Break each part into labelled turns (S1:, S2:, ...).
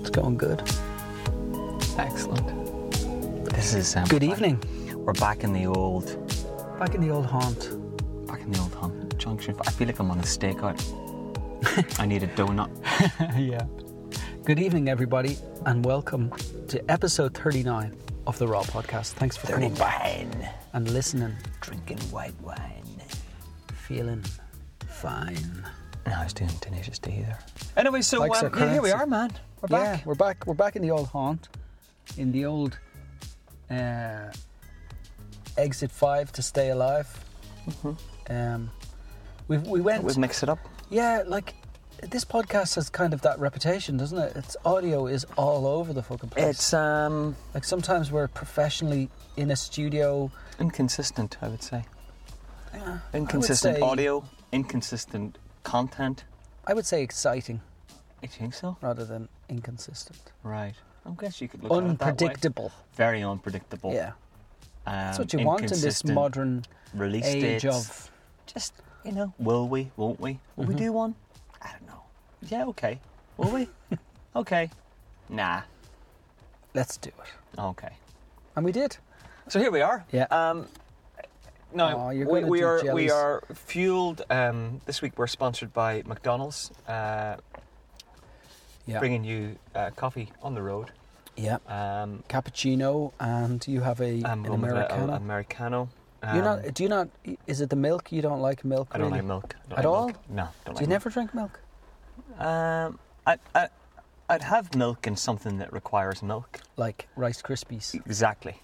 S1: It's going good.
S2: Excellent. This is um,
S1: Good
S2: back-
S1: evening.
S2: We're back in the old,
S1: Back in the old haunt.
S2: back in the old hum junction. I feel like I'm on a stakeout. I need a donut.
S1: yeah. Good evening, everybody, and welcome to episode 39 of the Raw Podcast. Thanks for coming back
S2: wine,
S1: and listening.
S2: drinking white wine.
S1: Feeling fine.
S2: No, I was doing Tenacious D there. Anyway, so
S1: Likes
S2: um,
S1: our
S2: yeah, here we
S1: currency.
S2: are, man. We're back.
S1: Yeah, we're back. We're back in the old haunt, in the old uh, exit five to stay alive. Um, we we went.
S2: We've mixed it up.
S1: Yeah, like this podcast has kind of that reputation, doesn't it? Its audio is all over the fucking place.
S2: It's um
S1: like sometimes we're professionally in a studio.
S2: inconsistent, I would say.
S1: Yeah,
S2: Inconsistent
S1: say-
S2: audio, inconsistent content.
S1: I would say exciting
S2: You think so?
S1: rather than inconsistent,
S2: Right. I guess you could look at it that way.
S1: unpredictable.
S2: Very unpredictable.
S1: Yeah,
S2: Um,
S1: that's what you want in this
S2: inconsistent
S1: modern
S2: release
S1: age
S2: dates.
S1: of.
S2: Just you know, will we? Won't we? Will
S1: Mm-hmm.
S2: we do one? I don't know. Yeah, okay. Will we? okay. Nah.
S1: Let's do it,
S2: Okay.
S1: and we did.
S2: So here we are.
S1: Yeah.
S2: Um, no,
S1: Aw, you're
S2: we,
S1: gonna
S2: we
S1: do
S2: are we
S1: jellies.
S2: are fueled. Um, this week we're sponsored by McDonald's, uh,
S1: Yeah,
S2: bringing you uh, coffee on the road.
S1: yeah.
S2: Um,
S1: Cappuccino, and you have a
S2: I'm
S1: an
S2: going with a- a-
S1: americano.
S2: Americano.
S1: You're
S2: Um,
S1: not. Do you not? Is it the milk? You don't like milk?
S2: I don't
S1: really?
S2: like milk. I don't
S1: At
S2: like
S1: all?
S2: milk. No, don't
S1: Do you
S2: like milk.
S1: never drink milk?
S2: Um, I, I, I'd have milk in something that requires milk.
S1: Like Rice Krispies,
S2: Exactly.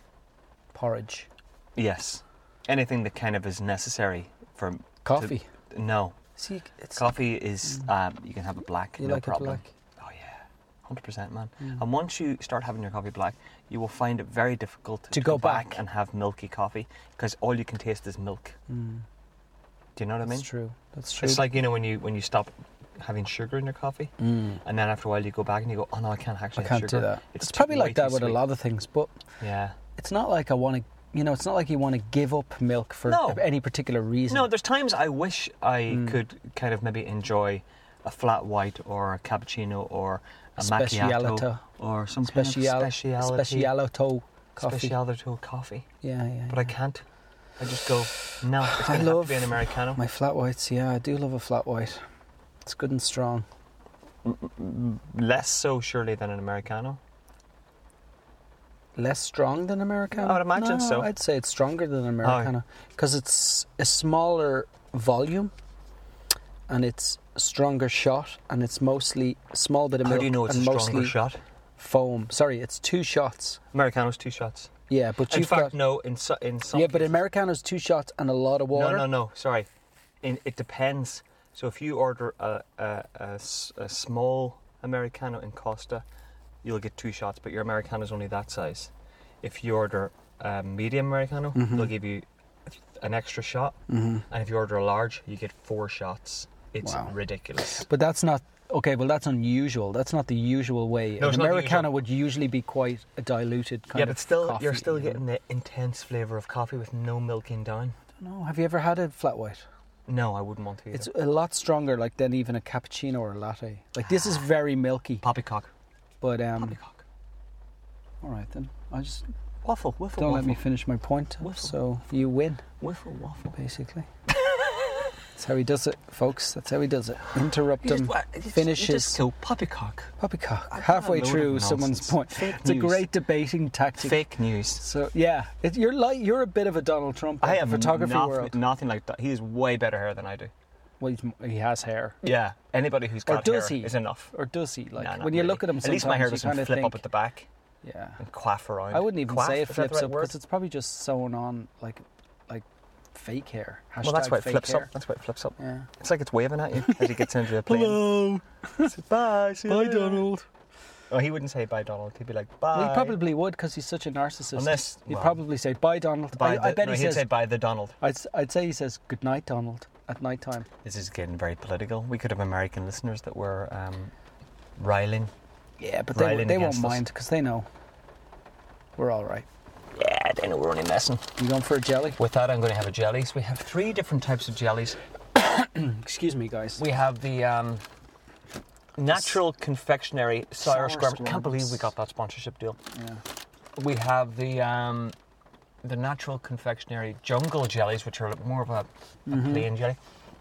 S1: porridge,
S2: Yes. Anything that kind of is necessary for
S1: coffee.
S2: no
S1: See, it's
S2: coffee is um, you can have a black
S1: Mm. you
S2: no
S1: like
S2: problem.
S1: it
S2: Oh yeah, hundred percent, man.
S1: Mm.
S2: And once you start having your coffee black, you will find it very difficult to,
S1: go back.
S2: and have milky coffee because all you can taste is milk.
S1: black. Mm,
S2: Do you know what I
S1: that's
S2: mean?
S1: true. That's true.
S2: It's like you know when you when you stop having sugar in your coffee,
S1: Mm.
S2: and then after a while you go back and you go, oh no, I can't
S1: I
S2: actually. have
S1: can't do
S2: sugar."
S1: that. It's,
S2: It's too-
S1: probably
S2: way
S1: like that
S2: too
S1: with a
S2: sweet.
S1: lot of things, but
S2: Yeah.
S1: it's not like I want to. You know, it's not like you want to give up milk for
S2: No.
S1: any particular reason.
S2: No, there's times I wish I
S1: Mm.
S2: could kind of maybe enjoy a flat white or a cappuccino or a macchiato
S1: specialito,
S2: or some
S1: special,
S2: kind of speciality,
S1: specialito coffee.
S2: specialito coffee.
S1: yeah, yeah.
S2: But I
S1: yeah.
S2: can't. I just go no. It's
S1: I
S2: going to
S1: love
S2: be an americano.
S1: My flat whites, yeah, I do love a flat white. It's good and strong.
S2: Mm, Less so surely than an americano.
S1: Less strong than Americano?
S2: I would imagine
S1: No,
S2: so.
S1: I'd say it's stronger than Americano because it's a smaller volume and it's stronger shot and it's mostly a small bit of
S2: How
S1: milk
S2: do you know it's a
S1: and
S2: stronger
S1: mostly
S2: shot?
S1: foam. Sorry, it's two shots.
S2: Americano's two shots.
S1: Yeah, but
S2: in
S1: you've
S2: fact,
S1: got
S2: no. In so, in some
S1: yeah, but
S2: cases-
S1: Americano's two shots and a lot of water.
S2: No, no, no. Sorry. In, it depends. So if you order a, a, a s- a small Americano in Costa, you'll get two shots, but your Americano is only that size. If you order a medium Americano,
S1: Mhm.
S2: they'll give you an extra shot.
S1: Mhm.
S2: And if you order a large, you get four shots. It's
S1: Wow.
S2: ridiculous.
S1: But that's not okay. Well, that's unusual. That's not the usual way.
S2: No,
S1: An
S2: it's not the
S1: Americano
S2: usual.
S1: would usually be quite a diluted kind
S2: yeah,
S1: of.
S2: but still, you're
S1: coffee,
S2: still
S1: you know.
S2: getting the intense flavour of coffee with no milking down.
S1: No, have you ever had a flat white?
S2: No, I wouldn't want to. Either.
S1: It's a lot stronger, like than even a cappuccino or a latte. Like this is very milky,
S2: poppycock.
S1: but um,
S2: Poppycock.
S1: all right then. I just
S2: Waffle, wiffle,
S1: don't
S2: waffle.
S1: let me finish my point,
S2: Waffle.
S1: so you win
S2: Wiffle, waffle.
S1: basically. That's how he does it, folks. That's how he does it. Interrupt
S2: You just,
S1: him.
S2: what, you just-
S1: finishes.
S2: You just go poppycock.
S1: Poppycock.
S2: I-
S1: Halfway
S2: a load
S1: through
S2: of
S1: someone's
S2: nonsense.
S1: point.
S2: Fake
S1: It's a
S2: news.
S1: great debating tactic.
S2: Fake news.
S1: So yeah, it, you're like you're a bit of a Donald Trump. of
S2: I
S1: the
S2: have
S1: photography
S2: nothing,
S1: world.
S2: nothing like that. He has way better hair than I do.
S1: Well, he's, m- he has hair,
S2: Yeah. Anybody who's
S1: Or
S2: got
S1: does
S2: hair
S1: he?
S2: is enough.
S1: or does he? Like
S2: Nah, not
S1: when you
S2: really.
S1: look at him,
S2: at least my hair
S1: sometimes you
S2: doesn't
S1: kinda
S2: flip
S1: think,
S2: up at the back
S1: Yeah.
S2: and quaff around.
S1: I wouldn't even
S2: Quaff?
S1: say it
S2: Is that the
S1: flips
S2: right
S1: up
S2: word?
S1: because it's probably just sewn on like like fake hair. Hashtag
S2: Well, that's why it
S1: fake
S2: flips
S1: hair.
S2: up. That's why it flips up.
S1: Yeah.
S2: It's like it's waving at you as he gets into the plane.
S1: Hello.
S2: Bye. See you
S1: Bye,
S2: later.
S1: Donald.
S2: Oh, he wouldn't say bye, Donald. He'd be like
S1: Well,
S2: bye.
S1: he probably would because he's such a narcissist.
S2: Unless
S1: he'd
S2: well,
S1: probably say bye, Donald.
S2: By
S1: I, I
S2: the-
S1: bet
S2: no,
S1: he
S2: he'd
S1: says.
S2: say by the Donald.
S1: I'd, s- I'd say he says good night, Donald, at night time.
S2: This is getting very political. We could have American listeners that were um, riling.
S1: Yeah, but they,
S2: Riling
S1: they won't
S2: against us.
S1: mind because they know we're all right.
S2: Yeah, they know we're only messing.
S1: You going for a jelly?
S2: With that, I'm going to have a jelly. So we have three different types of jellies.
S1: Excuse me, guys.
S2: We have the um, Natural confectionery
S1: Sour
S2: sour, scrum. Can't
S1: Scrums.
S2: believe we got that sponsorship deal.
S1: Yeah.
S2: We have the um, the natural confectionery jungle jellies, which are more of a, a
S1: Mm-hmm.
S2: plain jelly,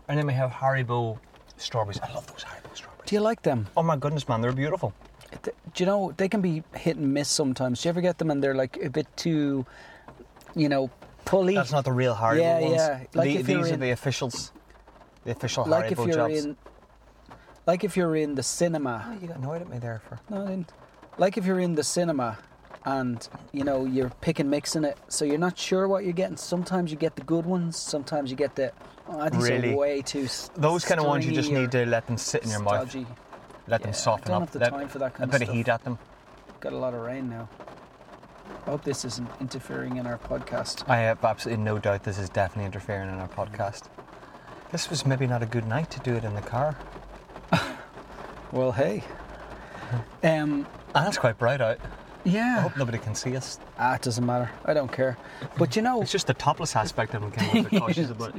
S2: and then we have Haribo strawberries. I love those Haribo strawberries.
S1: Do you like them?
S2: Oh my goodness, man, they're beautiful.
S1: Th- Do you know they can be hit and miss sometimes? Do you ever get them and they're like a bit too, you know, pulley?
S2: That's not the real Haribo
S1: Yeah,
S2: ones.
S1: yeah. Like
S2: The-
S1: if you're
S2: these are
S1: in-
S2: the officials, the official
S1: like if
S2: Haribo
S1: you're
S2: jobs.
S1: in, like if you're in the
S2: Oh,
S1: cinema.
S2: you got annoyed at me there for.
S1: No, I didn't. Like if you're in the cinema, and you know you're pick and mixing it, so you're not sure what you're getting. Sometimes you get the good ones. Sometimes you get the. Oh, these
S2: Really?
S1: are way too. s-
S2: Those kind of ones you just
S1: stringy
S2: need
S1: or
S2: to let them sit in your mouth,
S1: stodgy.
S2: let
S1: Yeah, I
S2: them soften
S1: don't
S2: up,
S1: have the
S2: let-
S1: time for that
S2: a
S1: kind
S2: bit
S1: of
S2: of heat at them.
S1: Got a lot of rain now. I hope this isn't interfering in our podcast.
S2: I have absolutely no doubt this is definitely interfering in our podcast. This was maybe not a good night to do it in the car.
S1: Well, hey. Um.
S2: And it's quite bright out. I
S1: Yeah.
S2: hope nobody can see us.
S1: Ah, it doesn't matter. I don't care. But you know,
S2: It's just the topless aspect that I'm kind of Oh, a bit cautious about.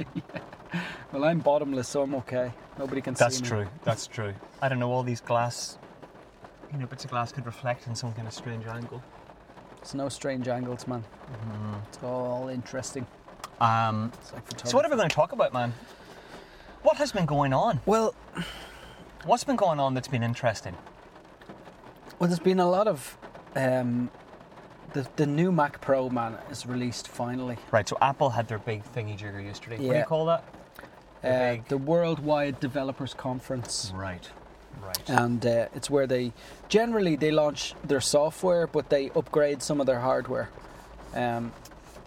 S1: well, I'm bottomless, so I'm okay. Nobody can
S2: That's
S1: see me.
S2: true. That's true. I don't know. All these glass, you know, bits of glass could reflect in some kind of strange angle.
S1: It's no strange angles, man.
S2: Mm-hmm.
S1: It's all interesting.
S2: Um,
S1: It's like
S2: so what are
S1: photography.
S2: we going to talk about, man? What has been going on?
S1: Well,
S2: What's been going on that's been interesting?
S1: well, there's been a lot of um, the the new Mac Pro man is released finally.
S2: Right. So Apple had their big thingy jigger yesterday. What do
S1: Yeah.
S2: you call that? The
S1: Uh,
S2: big-
S1: the Worldwide Developers Conference.
S2: Right. Right.
S1: and uh, it's where they generally they launch their software but they upgrade some of their hardware um,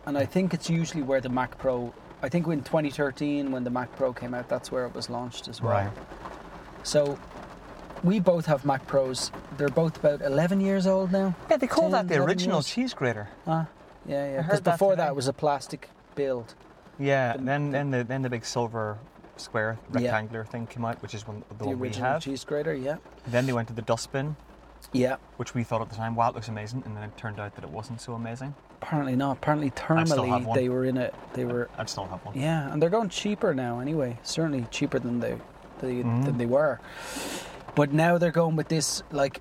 S1: and i think it's usually where the mac pro i think in 2013 when the mac pro came out that's where it was launched as well
S2: Right.
S1: so we both have mac pros they're both about 11 years old now
S2: Yeah, they
S1: 10,
S2: call that the
S1: 11
S2: original
S1: years.
S2: cheese grater.
S1: ah yeah yeah
S2: I
S1: because
S2: heard that
S1: before
S2: today.
S1: that was a plastic build
S2: Yeah,
S1: The-
S2: then
S1: the-
S2: then the then the big silver square
S1: Yeah.
S2: rectangular thing came out, which is one the,
S1: the
S2: one we
S1: original
S2: have.
S1: cheese grater yeah
S2: Then they went to the dustbin,
S1: yeah
S2: which we thought at the time, wow, it looks amazing, and then it turned out that it wasn't so amazing.
S1: apparently not apparently
S2: still have
S1: thermally
S2: one.
S1: they were in it they were
S2: I'd still have one.
S1: Yeah, and they're going cheaper now anyway. Certainly cheaper than they, they
S2: Mm.
S1: than they were. But now they're going with this like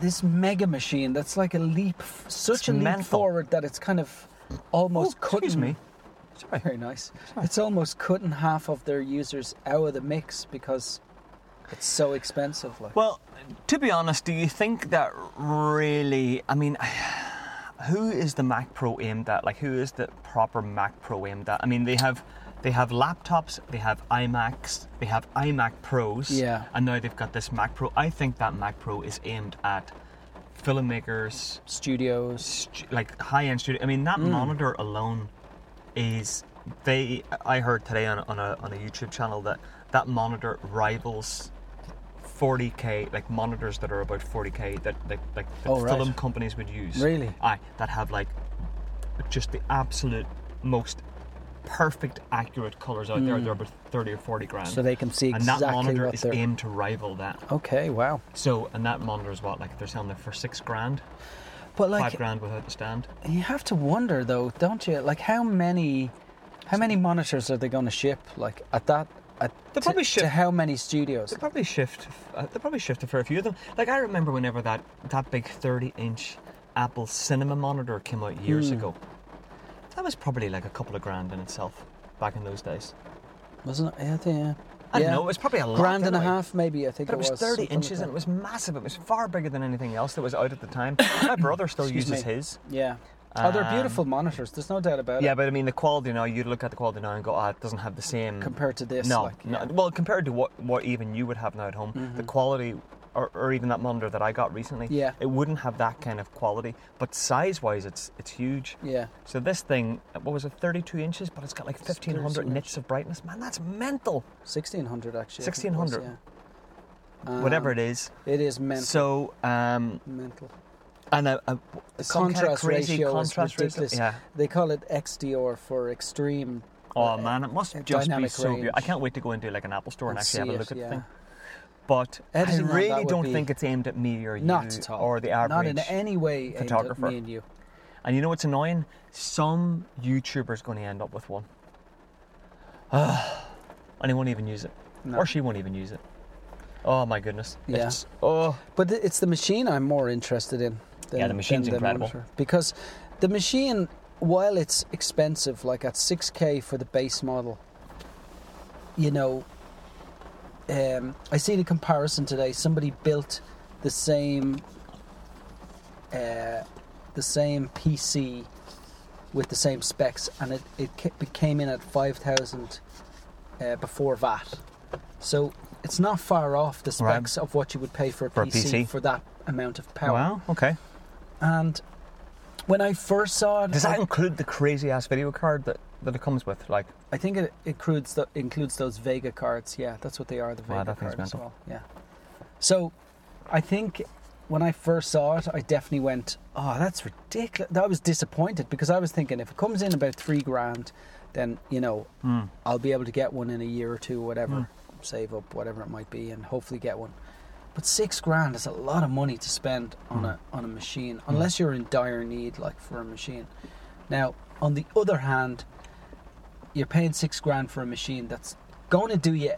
S1: this mega machine that's like a leap, such
S2: It's
S1: a leap
S2: mental.
S1: forward that it's kind of almost
S2: oh, excuse
S1: cutting.
S2: me. Sorry.
S1: Very nice. It's almost cutting half of their users out of the mix because it's so expensive. Like,
S2: Well, to be honest, do you think that really? I mean, who is the Mac Pro aimed at? Like, who is the proper Mac Pro aimed at? I mean, they have they have laptops, they have iMacs, they have iMac Pros,
S1: Yeah.
S2: and now they've got this Mac Pro. I think that Mac Pro is aimed at filmmakers,
S1: studios.
S2: stu- like high-end studio. I mean, that
S1: Mm.
S2: monitor alone is they. I heard today on, on a on a YouTube channel that that monitor rivals 40k like monitors that are about 40k that like like that
S1: Oh, right.
S2: film companies would use.
S1: Really?
S2: Aye, that have like just the absolute most perfect accurate colors out there. They're about 30 or 40 grand.
S1: Mm. So they can see
S2: and that
S1: exactly
S2: monitor
S1: what
S2: is
S1: they're.
S2: aimed to rival that.
S1: Okay, wow.
S2: So, and that monitor is what, like they're selling it for six grand,
S1: But like,
S2: five grand without the stand.
S1: You have to wonder though, don't you? Like how many how many monitors are they going to ship like at that at
S2: They
S1: to-
S2: probably ship-
S1: to how many studios?
S2: They probably shift. Uh, they probably shift a fair few of them. Like I remember whenever that that big thirty-inch Apple Cinema monitor came out years
S1: Hmm.
S2: ago. That was probably like a couple of grand in itself back in those days.
S1: Wasn't it? Yeah, I think, yeah.
S2: I
S1: Yeah.
S2: don't know. It was probably a lot,
S1: grand and a
S2: anyway.
S1: half maybe, I think
S2: But it was, thirty
S1: something like
S2: inches and it
S1: that.
S2: was massive. It was far bigger than anything else that was out at the time. My brother still
S1: Excuse
S2: uses
S1: me. uh,
S2: his.
S1: Yeah. oh, they're
S2: Um,
S1: beautiful monitors. There's no doubt about
S2: Yeah,
S1: it.
S2: but I mean the quality now. You look at the quality now and go, ah, it doesn't have the same.
S1: Compared to this,
S2: no,
S1: like,
S2: no.
S1: yeah. Mm-hmm.
S2: Well, compared to what what even you would have now at home, the quality. Or, or even that monitor that I got recently,
S1: Yeah.
S2: it wouldn't have that kind of quality. But size-wise, it's it's huge.
S1: Yeah.
S2: So this thing, what was it, 32 inches, but it's got like 1,500
S1: 32
S2: nits of brightness. Man, that's mental.
S1: 1600 actually. I think it was,
S2: 1600.
S1: yeah. Um,
S2: Whatever it is.
S1: It is mental.
S2: So, um,
S1: mental.
S2: and a, a
S1: The
S2: some kind of
S1: contrast
S2: crazy
S1: ratio
S2: contrast
S1: is ridiculous.
S2: ratio. Yeah.
S1: They call it XDR for extreme.
S2: Oh
S1: uh,
S2: man, it must
S1: a
S2: just be
S1: dynamic
S2: so beautiful. I
S1: range.
S2: can't wait to go into like an Apple store and,
S1: And
S2: actually have a
S1: see it,
S2: look at the
S1: yeah.
S2: thing. But
S1: Editing on
S2: I
S1: that
S2: really
S1: would
S2: don't
S1: be-
S2: think it's aimed at me or you
S1: Not at all.
S2: or the
S1: Not
S2: average.
S1: in any way aimed at
S2: photographer.
S1: me and you.
S2: And you know what's annoying? Some YouTuber's going to end up with one. and he won't even use it.
S1: No.
S2: Or she won't even use it. Oh my goodness.
S1: Yeah.
S2: It's, oh,
S1: But th- it's the machine I'm more interested in. Than,
S2: Yeah, the machine's
S1: than the
S2: incredible.
S1: monitor. because the machine, while it's expensive, like at 6k for the base model, you know, um, I see the comparison today. Somebody built the same, uh, the same PC with the same specs, and it it ca- it came in at five thousand uh, before VAT. So it's not far off the
S2: Right.
S1: specs of what you would pay for a,
S2: For a
S1: PC,
S2: PC.
S1: for that amount of power.
S2: wow. Okay.
S1: And when I first saw it,
S2: Does that
S1: I,
S2: include the crazy ass video card that, that it comes with? Like,
S1: I think it includes the, includes those Vega cards. Yeah, that's what they are. The Vega
S2: Wow, that thing's
S1: cards as
S2: mental.
S1: well. Yeah. So, I think when I first saw it, I definitely went, "Oh, that's ridiculous." I was disappointed because I was thinking if it comes in about three grand, then you know
S2: mm,
S1: I'll be able to get one in a year or two, whatever,
S2: Mm.
S1: save up, whatever it might be, and hopefully get one. But six grand is a lot of money to spend
S2: Hmm.
S1: on a on a machine, unless you're in dire need, like for a machine. Now, on the other hand, you're paying six grand for a machine that's going to do you,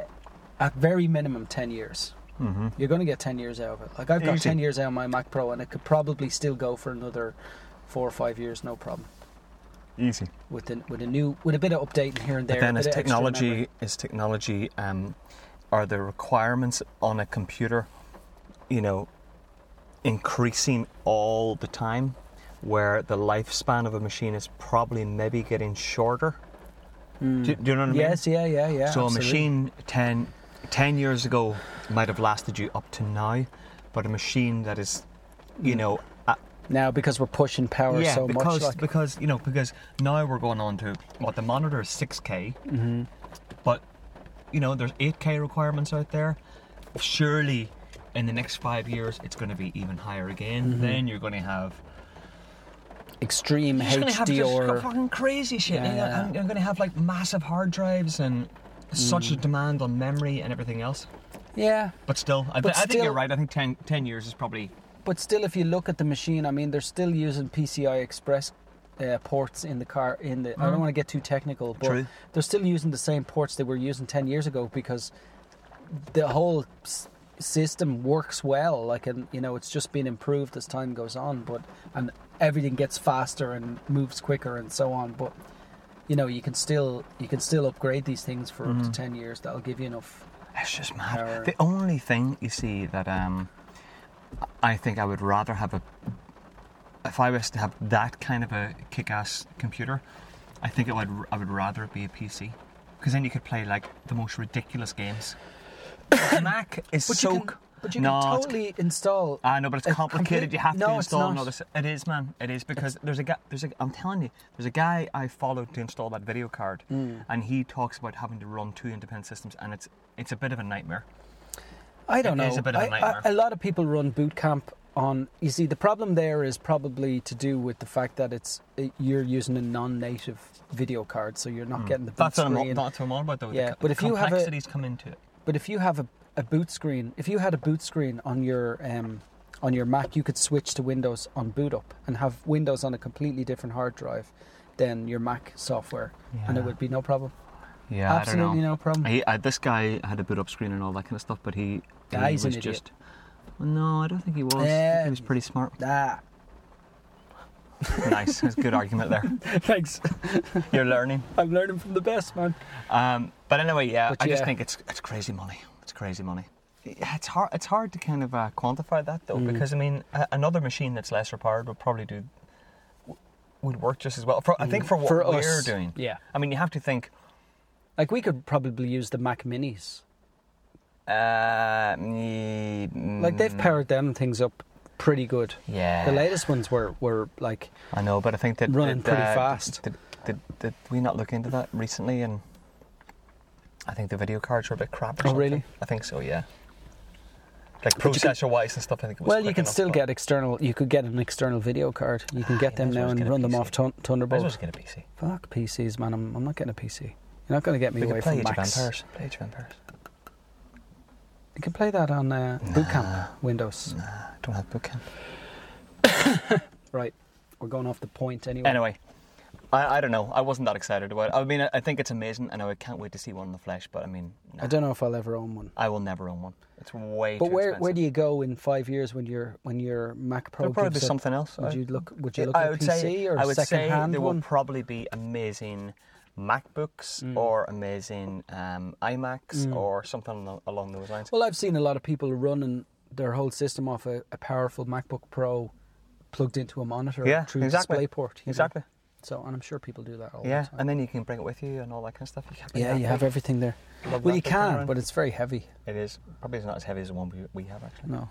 S1: at very minimum, ten years.
S2: hmm
S1: You're going to get ten years out of it. Like I've got
S2: Easy.
S1: ten years out of my Mac Pro, and it could probably still go for another four or five years, no problem.
S2: easy.
S1: With a, with a new with a bit of updating here and there.
S2: But
S1: a
S2: then,
S1: bit
S2: is
S1: of extra memory.
S2: technology is technology? Um, are the requirements on a computer, you know, increasing all the time, where the lifespan of a machine is probably maybe getting shorter? Do, do you know what I mean?
S1: Hmm. Yes, yeah, yeah, yeah.
S2: so
S1: absolutely.
S2: a machine 10, 10 years ago might have lasted you up to now, but a machine that is,
S1: Hmm.
S2: you know, a-
S1: now because we're pushing power
S2: yeah,
S1: so
S2: because
S1: much. Like,
S2: because you know because now we're going on to what the monitor is six K, but you know there's eight K requirements out there. Surely, in the next five years, it's going to be even higher again. Then you're going to have
S1: extreme
S2: you're going to have just
S1: HDR.
S2: fucking crazy shit.
S1: Yeah,
S2: and
S1: yeah,
S2: I'm, going to have like massive hard drives and such a demand on memory and everything else.
S1: Yeah,
S2: Mm. But still, I,
S1: But
S2: th- I think
S1: still-
S2: you're right. I think 10, 10 years is probably
S1: but still, if you look at the machine, I mean, they're still using PCI Express. Uh, ports in the car in the I don't want to get too technical but
S2: True.
S1: they're still using the same ports they were using 10 years ago because the whole s- system works well like and you know it's just been improved as time goes on but and everything gets faster and moves quicker and so on but you know you can still you can still upgrade these things for up to 10 years that'll give you enough
S2: That's just mad.
S1: Power.
S2: The only thing you see that um, I think I would rather have a if I was to have that kind of a kick-ass computer, I think I would I would rather it be a PC because then you could play like the most ridiculous games. Mac is
S1: But
S2: so.
S1: you can, but you can
S2: no, it's-
S1: totally install.
S2: I know, but it's
S1: It's
S2: complicated.
S1: complete-
S2: you have
S1: No,
S2: to
S1: it's
S2: install
S1: not.
S2: another. s- It is, man. It is because there's a guy. There's a. I'm telling you, there's a guy I followed to install that video card, and he talks about having to run two independent systems, and it's it's a bit of a nightmare.
S1: I don't
S2: it
S1: know.
S2: is a bit of a
S1: I- I-
S2: nightmare.
S1: a lot of people run boot camp on. You see, the problem there is probably to do with the fact that it's it- you're using a non-native video card, so you're not getting the boot
S2: Hmm. That's what, I'm all,
S1: screen.
S2: that's what I'm all about, though.
S1: Yeah,
S2: the, co-
S1: but
S2: the
S1: if you have a-
S2: complexities come into it,
S1: But if you have a, a boot screen, if you had a boot screen on your um, on your Mac, you could switch to Windows on boot up and have Windows on a completely different hard drive than your Mac software, and it
S2: Yeah.
S1: would be no problem.
S2: yeah,
S1: Absolutely no problem.
S2: He, uh, this guy had a boot up screen and all that kind of stuff, but he, he
S1: Ah, he's
S2: was
S1: an idiot.
S2: just. Well, no, I don't think he was. I think
S1: Yeah.
S2: he was pretty smart.
S1: Ah,
S2: nice, that's a good argument there.
S1: thanks.
S2: You're learning.
S1: I'm learning from the best, man.
S2: Um, but anyway, yeah,
S1: But
S2: I just
S1: yeah.
S2: think it's it's crazy money. It's crazy money. Yeah, It's hard. It's hard to kind of uh, quantify that though,
S1: Mm.
S2: because I mean, a, another machine that's lesser powered would probably do w- would work just as well. For, I think for what
S1: Mm. For
S2: we're
S1: us,
S2: doing.
S1: yeah.
S2: I mean, you have to think.
S1: Like we could probably use the Mac Minis.
S2: Uh, mm,
S1: Like they've powered them things up pretty good.
S2: Yeah.
S1: The latest ones were were like
S2: I know, but I think that
S1: Running
S2: that,
S1: pretty
S2: uh,
S1: fast.
S2: Did, did, did we not look into that recently? And I think the video cards were a bit crap. Or
S1: Oh,
S2: something.
S1: really?
S2: I think so. Yeah. Like
S1: But you could-
S2: processor wise and stuff. I think it was.
S1: well, you
S2: quick
S1: can
S2: enough,
S1: still
S2: but- Ah,
S1: get external. You could get an external video card. You can get
S2: you
S1: them
S2: might as
S1: now
S2: well
S1: and
S2: get a
S1: run them
S2: PC.
S1: off thun-
S2: Might as
S1: Thunderbolt.
S2: well just get a PC.
S1: Fuck PCs, man. I'm, I'm not getting a PC. You're not going to get me
S2: We
S1: away
S2: can play
S1: from
S2: Age of
S1: Macs.
S2: Vampires. Play Age of Vampires.
S1: You can play that on uh,
S2: Nah.
S1: Bootcamp Windows.
S2: Nah, don't have boot camp.
S1: Right, we're going off the point anyway.
S2: Anyway, I, I don't know. I wasn't that excited about it. I mean, I, I think it's amazing, and I can't wait to see one in the flesh. But I mean, nah,
S1: I don't know if I'll ever own one.
S2: I will never own one. It's way
S1: But
S2: too
S1: where,
S2: expensive.
S1: where do you go in five years when your when your Mac Pro
S2: There'll probably be
S1: gives up?
S2: something else.
S1: Would
S2: I-
S1: you look? Would you look
S2: I
S1: at a
S2: would
S1: PC
S2: say,
S1: or
S2: I would say
S1: second-hand
S2: there will
S1: one? Mm.
S2: probably be amazing MacBooks or amazing um, iMacs or something alo- along those lines.
S1: Well, I've seen a lot of people running their whole system off a, a powerful MacBook Pro plugged into a monitor
S2: Yeah,
S1: through
S2: exactly.
S1: DisplayPort. you know.
S2: exactly.
S1: So, and I'm sure people do that all
S2: Yeah,
S1: the time.
S2: and then you can bring it with you and all that kind of stuff. You can't bring
S1: yeah,
S2: that
S1: you
S2: big.
S1: have everything there.
S2: Love
S1: Well,
S2: that
S1: you
S2: big thing
S1: can,
S2: around.
S1: but it's very heavy.
S2: It is probably not as heavy as the one we, we have actually.
S1: No,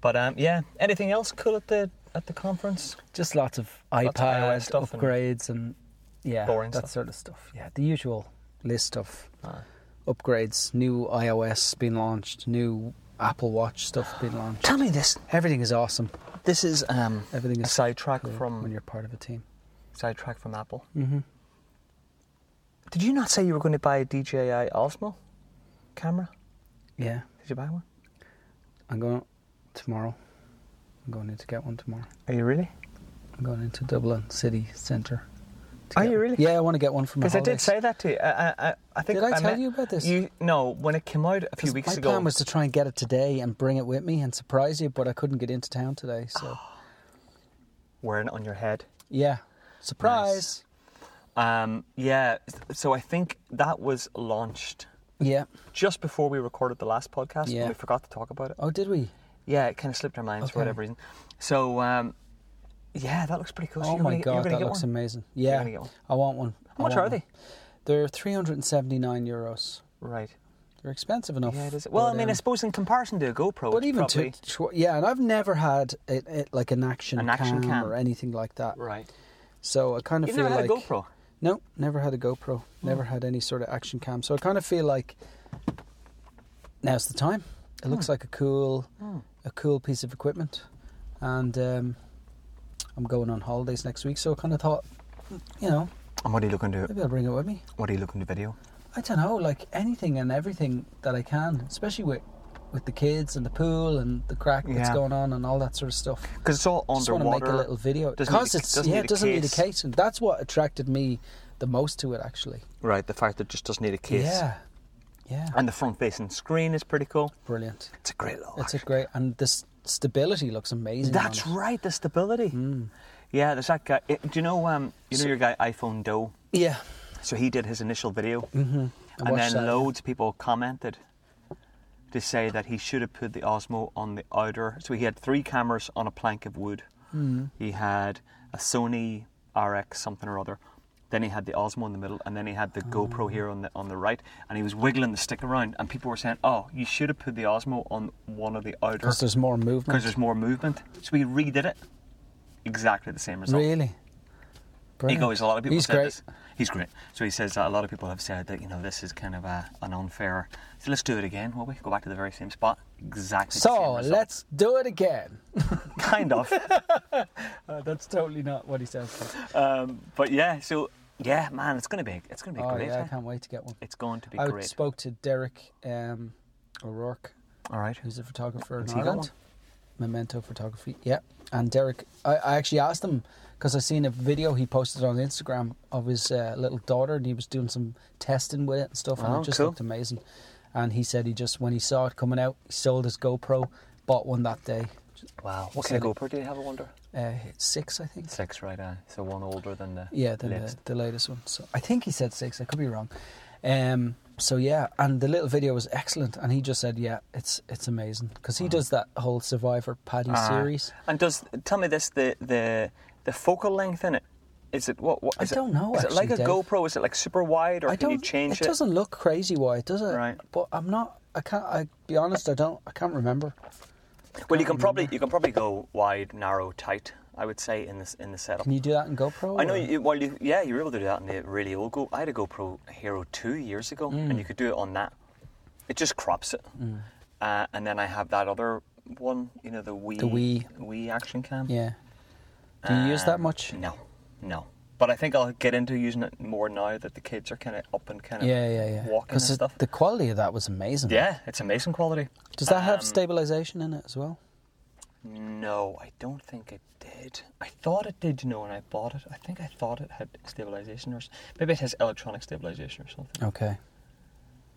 S2: But um, yeah, anything else cool at the at the conference?
S1: just lots of
S2: Lots of
S1: iPad
S2: iOS stuff and-
S1: upgrades and, yeah,
S2: Boring
S1: that
S2: stuff.
S1: sort of stuff. Yeah, the usual list of
S2: Uh,
S1: upgrades, new iOS being launched, new Apple Watch stuff being launched.
S2: tell me this.
S1: Everything is awesome.
S2: This is um,
S1: Everything
S2: a
S1: is
S2: sidetrack
S1: cool when
S2: from
S1: you're part of a team.
S2: sidetrack from Apple.
S1: Mm-hmm.
S2: Did you not say you were going to buy a DJI Osmo camera?
S1: Yeah,
S2: Did you buy one?
S1: I'm going tomorrow. I'm going in to get one tomorrow.
S2: Are you really?
S1: I'm going into Dublin city centre. to
S2: Are
S1: get
S2: you
S1: one.
S2: really?
S1: Yeah, I want to get one from.
S2: Because I did say that to you. I, I- I, I think
S1: Did I
S2: I
S1: tell
S2: met-
S1: you about this?
S2: You no, when it came out a few weeks
S1: my
S2: ago.
S1: plan was to try and get it today and bring it with me and surprise you, but I couldn't get into town today. So
S2: wearing it on your head.
S1: yeah, surprise.
S2: Um, yeah. So I think that was launched
S1: Yeah.
S2: just before we recorded the last podcast.
S1: Yeah.
S2: And we forgot to talk about it.
S1: Oh, did we?
S2: Yeah, it kind of slipped our minds for
S1: Okay.
S2: whatever reason. So um, yeah, that looks pretty cool. So
S1: oh
S2: you're
S1: my
S2: gonna, you're
S1: god,
S2: gonna
S1: that
S2: get
S1: looks
S2: one.
S1: amazing.
S2: You're
S1: Yeah,
S2: gonna get one.
S1: I want one. I
S2: How much
S1: want
S2: are they?
S1: one. They're 379 euros.
S2: Right.
S1: They're expensive enough.
S2: Yeah, it is. Well, I
S1: but,
S2: mean, I
S1: um,
S2: suppose in comparison to a GoPro,
S1: But
S2: it's
S1: even
S2: probably,
S1: to to- yeah, and I've never had it, it like an action,
S2: An action cam.
S1: or anything like that.
S2: right.
S1: So I kind of
S2: You've
S1: feel
S2: never had
S1: like
S2: a GoPro. Hmm.
S1: no, never had a GoPro, never had any sort of action cam. So I kind of feel like now's the time. It looks like a cool,
S2: Hmm.
S1: a cool piece of equipment, and um, I'm going on holidays next week. So I kind of thought, you know,
S2: And what are you looking to?
S1: maybe I'll bring it with me.
S2: What are you looking to video?
S1: I don't know, like anything and everything that I can, especially with with the kids and the pool and the crack that's
S2: Yeah.
S1: going on and all that sort of stuff.
S2: Because it's all
S1: just want to
S2: underwater.
S1: make a little video
S2: Doesn't need
S1: because
S2: a-
S1: it's
S2: doesn't
S1: yeah,
S2: need
S1: it
S2: a
S1: doesn't need a
S2: case.
S1: case, and that's what attracted me the most to it actually.
S2: Right, the fact that it just doesn't need a case.
S1: Yeah, yeah,
S2: And the front facing screen is pretty cool.
S1: brilliant.
S2: It's a great little.
S1: It's a great and the s- stability looks amazing. on
S2: That's
S1: it.
S2: right, the stability.
S1: Mm.
S2: Yeah, there's that guy. it- do you know um, you know your guy iPhone Doe?
S1: yeah.
S2: So he did his initial video, mm-hmm. and
S1: watched
S2: then
S1: that, yeah.
S2: loads of people commented to say that he should have put the Osmo on the outer. So he had three cameras on a plank of wood.
S1: Mm-hmm.
S2: Mm. He had a Sony RX something or other. Then he had the Osmo in the middle, and then he had the
S1: Oh.
S2: GoPro here on the on the right, and he was wiggling the stick around, and people were saying, "Oh, you should have put the Osmo on one of the outer."
S1: Because there's more movement.
S2: because there's more movement. So we redid it. Exactly the same result.
S1: really.
S2: He
S1: Brilliant.
S2: goes, a lot of people
S1: He's
S2: said
S1: great.
S2: this. He's great. So he says that a lot of people have said that, you know, this is kind of a, an unfair. So let's do it again, will we? Go back to the very same spot. Exactly the same
S1: So
S2: result.
S1: let's do it again.
S2: Kind of.
S1: Uh, that's totally not what he says.
S2: um, but yeah, so, yeah, man, it's going to be, it's going to be
S1: Oh
S2: great.
S1: yeah, I
S2: eh?
S1: can't wait to get one.
S2: It's going to be
S1: I
S2: great.
S1: spoke to Derek um, O'Rourke
S2: All right.
S1: who's a photographer
S2: Has
S1: in
S2: he got
S1: Ireland. Memento Photography, yeah. And Derek, I, I actually asked him because I seen a video he posted on Instagram of his uh, little daughter, and he was doing some testing with it and stuff, and
S2: Oh,
S1: it just
S2: cool.
S1: looked amazing. And he said he just when he saw it coming out, he sold his GoPro, bought one that day,
S2: Wow. What kind of
S1: Exciting.
S2: GoPro do you have, I wonder?
S1: uh, six I think.
S2: Six, right? Uh, so one older than the.
S1: Yeah, the, the,
S2: latest.
S1: the latest one. So I think he said six. I could be wrong. Um, so yeah, and the little video was excellent, and he just said, "Yeah, it's it's amazing," because he does that whole Survivor Paddy
S2: Ah.
S1: series.
S2: And does tell me this the the the focal length in it? Is it what? what
S1: I
S2: is
S1: don't
S2: it,
S1: know,
S2: Is it like a
S1: actually, Dave.
S2: GoPro? Is it like super wide, or
S1: I
S2: can
S1: don't.
S2: you change it?
S1: doesn't look crazy wide, does it?
S2: Right.
S1: But I'm not. I can't. I be honest. I don't. I can't remember.
S2: well, you can probably you can probably go wide, narrow, tight. I would say in this in the setup.
S1: Can you do that in GoPro?
S2: I know.
S1: or-
S2: You, well, you, yeah, you were able to do that in the really old Go. I had a GoPro Hero two years ago,
S1: Mm.
S2: and you could do it on that. It just crops it, uh, and then I have that other one. You know the Wii
S1: The Wii.
S2: Wii action cam.
S1: Yeah. Do you use that
S2: Um,
S1: much?
S2: No, no. But I think I'll get into using it more now that the kids are kind of up and kind of
S1: Yeah, yeah, yeah.
S2: walking and
S1: Because
S2: stuff.
S1: the quality of that was amazing.
S2: yeah, it's amazing quality.
S1: Does that have
S2: Um,
S1: stabilization in it as well?
S2: No, I don't think it did. I thought it did, you know, when I bought it. I think I thought it had stabilization or s- maybe it has electronic stabilization or something.
S1: Okay.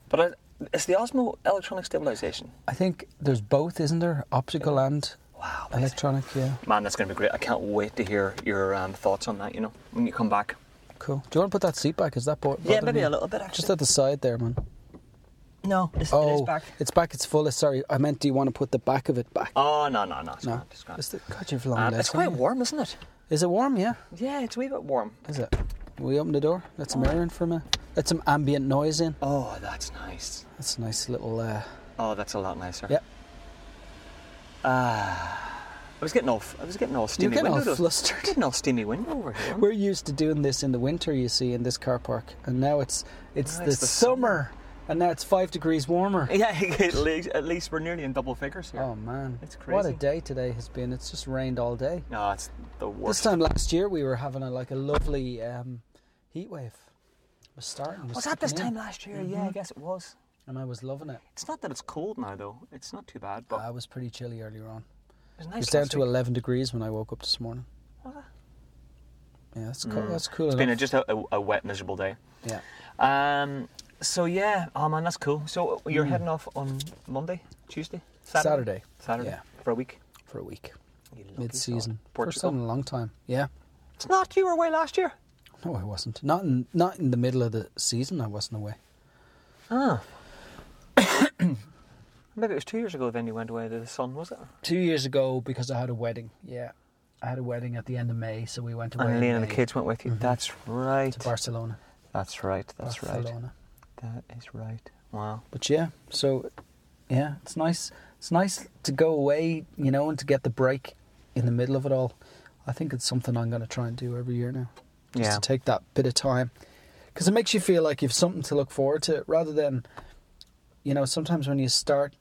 S2: But I, it's the Osmo electronic stabilization.
S1: I think there's both, isn't there? Optical and
S2: Wow, amazing.
S1: electronic. Yeah.
S2: man, that's going to be great. I can't wait to hear your um, thoughts on that. You know, when you come back.
S1: Cool. Do you want to put that seat back? Is that bo-
S2: Yeah,
S1: bothering
S2: maybe
S1: you?
S2: a little bit actually.
S1: Just at the side there, man.
S2: no, it's,
S1: Oh,
S2: it is back.
S1: it's back. It's full. Sorry, I meant. Do you want to put the back of it back?
S2: Oh no, no, no, it's
S1: no.
S2: grand, it's grand.
S1: It's the, God, you've long
S2: Um,
S1: legs.
S2: it's quite
S1: haven't you?
S2: warm, isn't it?
S1: Is it warm? Yeah.
S2: Yeah, it's a wee bit warm.
S1: Is it? Will we open the door? Let some air in for a minute. Let some ambient noise in.
S2: Oh, that's nice.
S1: That's a nice little. Uh,
S2: Oh, that's a lot nicer.
S1: yeah.
S2: I was getting all, f- I was getting all steamy.
S1: You're getting all
S2: window though.
S1: flustered.
S2: Getting all steamy window over here.
S1: We're used to doing this in the winter, you see, in this car park, and now it's it's,
S2: Now
S1: the,
S2: it's the
S1: summer, and now it's five degrees warmer.
S2: yeah, at least, at least we're nearly in double figures here.
S1: Oh man,
S2: It's
S1: What a
S2: crazy.
S1: day today has been. It's just rained all day.
S2: No, it's the
S1: This
S2: worst.
S1: time last year, we were having a, like a lovely um, heat wave. It was starting. was
S2: was that this
S1: kicking in,
S2: time last year? Yeah, I
S1: Mm-hmm.
S2: guess it was.
S1: And I was loving it.
S2: It's not that it's cold now though. It's not too bad, but
S1: I was pretty chilly earlier on.
S2: it was
S1: It
S2: nice.
S1: was down
S2: last
S1: to
S2: week.
S1: 11 degrees when I woke up this morning.
S2: Was it?
S1: Yeah, that's cool. That's cool.
S2: Mm. It's been a,
S1: enough.
S2: just a, a, a wet, miserable day.
S1: yeah.
S2: Um, so yeah, oh man, that's cool. So you're heading off on Monday, Tuesday,
S1: Mm. Saturday.
S2: Saturday
S1: Yeah.
S2: for a week.
S1: for a week.
S2: You lucky
S1: Mid season.
S2: sod.
S1: First time
S2: Portugal.
S1: in a long time. Yeah.
S2: It's not you were away last year.
S1: No, I wasn't. Not in not in the middle of the season. I wasn't away.
S2: Ah. Maybe it was two years ago then you went away to the sun, was it?
S1: Two years ago, because I had a wedding. Yeah, I had a wedding at the end of May, so we went away.
S2: And
S1: in
S2: Lena and the
S1: May
S2: kids went with you. That's right.
S1: Mm-hmm. to Barcelona.
S2: That's right. That's right.
S1: Barcelona.
S2: That is right. Wow.
S1: But yeah, so yeah, it's nice. It's nice to go away, you know, and to get the break in the middle of it all. I think it's something I'm going to try and do every year now. Just
S2: Yeah.
S1: to take that bit of time, because it makes you feel like you've something to look forward to, rather than, you know, sometimes when you start,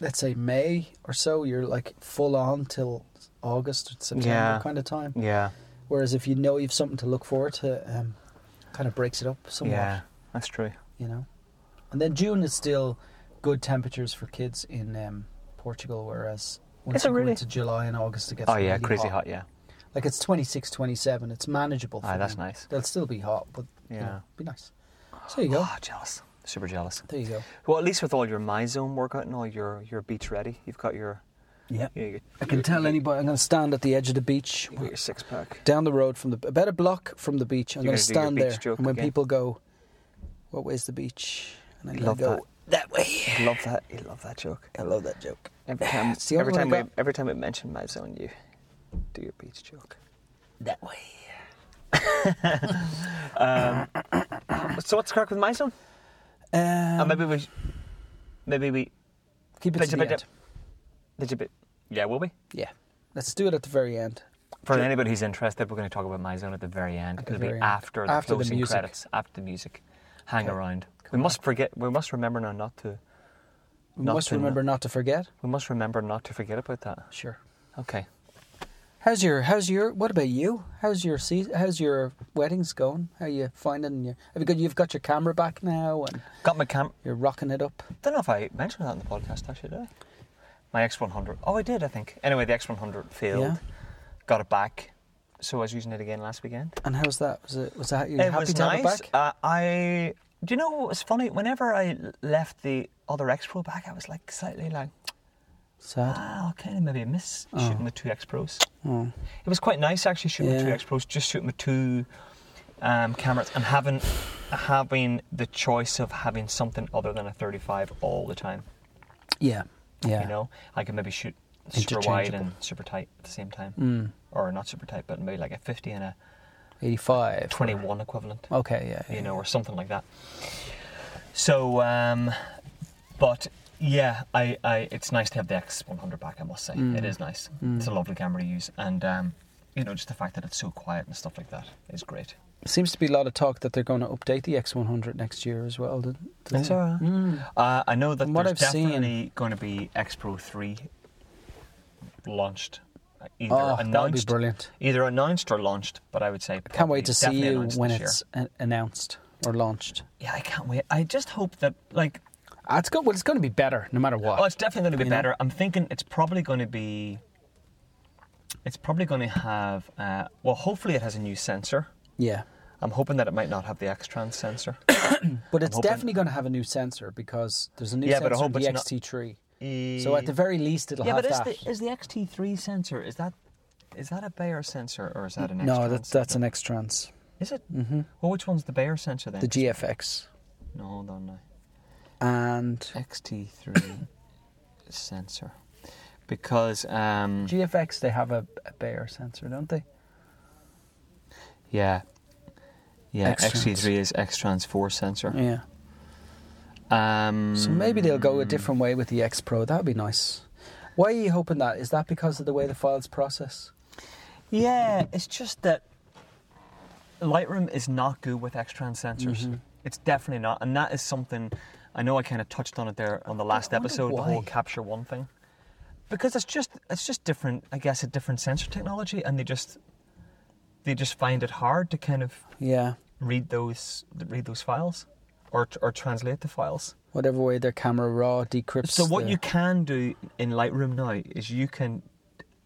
S1: let's say May or so, you're like full on till August or September
S2: Yeah.
S1: kind of time.
S2: Yeah.
S1: Whereas if you know you've something to look forward to, um, kind of breaks it up somewhat
S2: Yeah. That's true.
S1: you know. And then June is still good temperatures for kids in um, Portugal, whereas once
S2: Is it
S1: you go
S2: really?
S1: into July and August, it gets
S2: Oh yeah,
S1: really
S2: crazy hot. Yeah.
S1: Like it's 26, 27. It's manageable. For
S2: Ah, that's
S1: them.
S2: nice.
S1: They'll still be hot, but yeah,
S2: Yeah.
S1: be nice. So there you go.
S2: Ah, jealous. Super jealous.
S1: There you go.
S2: Well, at least with all your my zone workout and all your your beach ready, you've got your
S1: Yeah.
S2: you know, your,
S1: I can tell anybody. I'm going to stand at the edge of the beach,
S2: you got your six pack.
S1: down the road from the about a block from the beach. I'm
S2: You're
S1: going to
S2: gonna
S1: stand
S2: do your beach
S1: there,
S2: joke
S1: and when
S2: again.
S1: people go, "What way's the beach?" and I'm going
S2: Love
S1: to go, "That way."
S2: You love that. You love that joke.
S1: I love that joke.
S2: Every time,
S1: It's the only
S2: every
S1: one
S2: time
S1: I
S2: we
S1: got.
S2: every time we mention my zone, you do your beach joke.
S1: That way.
S2: So what's crack with my zone?
S1: Ah. Um,
S2: Uh, maybe we, maybe we,
S1: keep it
S2: Bit-
S1: to the
S2: bit-
S1: end.
S2: did you bit? Yeah, will we?
S1: Yeah. Let's do it at the very end.
S2: For anybody who's interested, we're going to talk about my zone at the very end.
S1: At the
S2: It'll be
S1: very end.
S2: after the
S1: After the
S2: closing
S1: music.
S2: credits, after the music. Hang
S1: Okay.
S2: around. We must forget. We must remember now not to.
S1: We
S2: Not
S1: must
S2: to-
S1: remember not to forget.
S2: We must remember not to forget about that.
S1: Sure.
S2: Okay.
S1: How's your how's your what about you? How's your season, how's your weddings going? How you finding your have you got you've got your camera back now and
S2: Got my camp.
S1: you're rocking it up.
S2: don't know if I mentioned that in the podcast actually, did I? My X100. Oh, I did, I think. Anyway, the X100 failed.
S1: Yeah.
S2: Got it back. So I was using it again last weekend.
S1: And how's that? Was it was that you
S2: it
S1: happy
S2: was
S1: to
S2: nice.
S1: have it back?
S2: Uh, I. Do you know what was funny? Whenever I left the other X Pro back, I was like slightly like,
S1: Sad.
S2: ah, okay, maybe I miss shooting with two X Pros.
S1: Oh.
S2: It was quite nice actually shooting with two
S1: Yeah.
S2: X Pros, just shooting with two um, cameras and having having the choice of having something other than a 35 all the time.
S1: Yeah. Yeah.
S2: You know, I could maybe shoot super wide
S1: Interchangeable.
S2: and super tight at the same time,
S1: Mm.
S2: or not super tight, but maybe like a 50 and a
S1: Eighty five.
S2: 21 equivalent,
S1: Okay, yeah. yeah.
S2: you know, or something like that. So, um, but yeah, I, I it's nice to have the X100 back. I must say,
S1: Mm.
S2: it is nice. It's a lovely camera to use, and um, you know, just the fact that it's so quiet and stuff like that is great.
S1: Seems to be a lot of talk that they're going to update the X one hundred next year as well, didn't didn't they? Mm.
S2: Uh, I know that
S1: From what
S2: there's
S1: I've seen-
S2: definitely going to be X Pro 3 launched. uh, Either
S1: Oh, that would be
S2: announced
S1: brilliant.
S2: either announced or launched, but I would say
S1: Can't wait
S2: probably
S1: to see
S2: definitely
S1: you
S2: announced
S1: when
S2: this year.
S1: it's an- announced or launched.
S2: Yeah, I can't wait. I just hope that like
S1: Ah, It's good. Well, it's going to be better no matter what.
S2: Oh, it's definitely going to be
S1: You know?
S2: better. I'm thinking it's probably going to be. It's probably going to have. Uh, well, hopefully it has a new sensor.
S1: yeah,
S2: I'm hoping that it might not have the X-Trans sensor.
S1: but it's
S2: hoping-
S1: definitely going to have a new sensor because there's a new
S2: Yeah, but I
S1: sensor
S2: hope
S1: in the
S2: it's not-
S1: XT3. So
S2: so
S1: at the very least, it'll
S2: yeah,
S1: have
S2: but is
S1: that.
S2: the, is the XT3 sensor is that is that a Bayer sensor or is that an
S1: no,
S2: X-Trans
S1: that,
S2: sensor?
S1: that's an X Trans.
S2: Is it? Mm-hmm. Well, which one's the Bayer sensor then?
S1: The GFX.
S2: no, hold on now.
S1: And
S2: XT3 sensor. Because um,
S1: GFX, they have a, a Bayer sensor, don't they?
S2: yeah, yeah,
S1: X-Trans.
S2: XT3 is X-Trans 4 sensor.
S1: Yeah.
S2: Um,
S1: So maybe they'll go a different way with the X Pro. That'd be nice. Why are you hoping that? Is that because of the way the files process?
S2: Yeah, it's just that Lightroom is not good with X-Trans sensors.
S1: Mm-hmm.
S2: It's definitely not, and that is something I know. I kind of touched on it there on the last
S1: I wonder
S2: episode, the whole
S1: why.
S2: capture one thing, because it's just it's just different. I guess a different sensor technology, and they just they just find it hard to kind of
S1: Yeah.
S2: read those read those files or or translate the files.
S1: Whatever way their camera raw decrypts.
S2: So what
S1: the-
S2: you can do in Lightroom now is you can,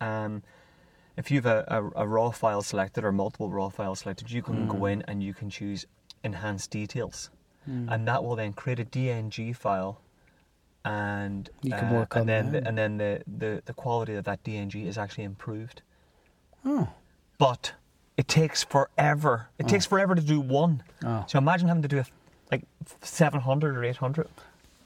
S2: um, if you have a, a, a raw file selected or multiple raw files selected, you can
S1: Hmm.
S2: go in and you can choose enhanced details,
S1: Hmm.
S2: and that will then create a DNG file, and uh,
S1: You can work
S2: and
S1: on
S2: then
S1: that.
S2: The, and then the, the the quality of that DNG is actually improved,
S1: Oh.
S2: but it takes forever. It takes forever to do one.
S1: Oh.
S2: So imagine having to do a, like seven hundred or eight hundred.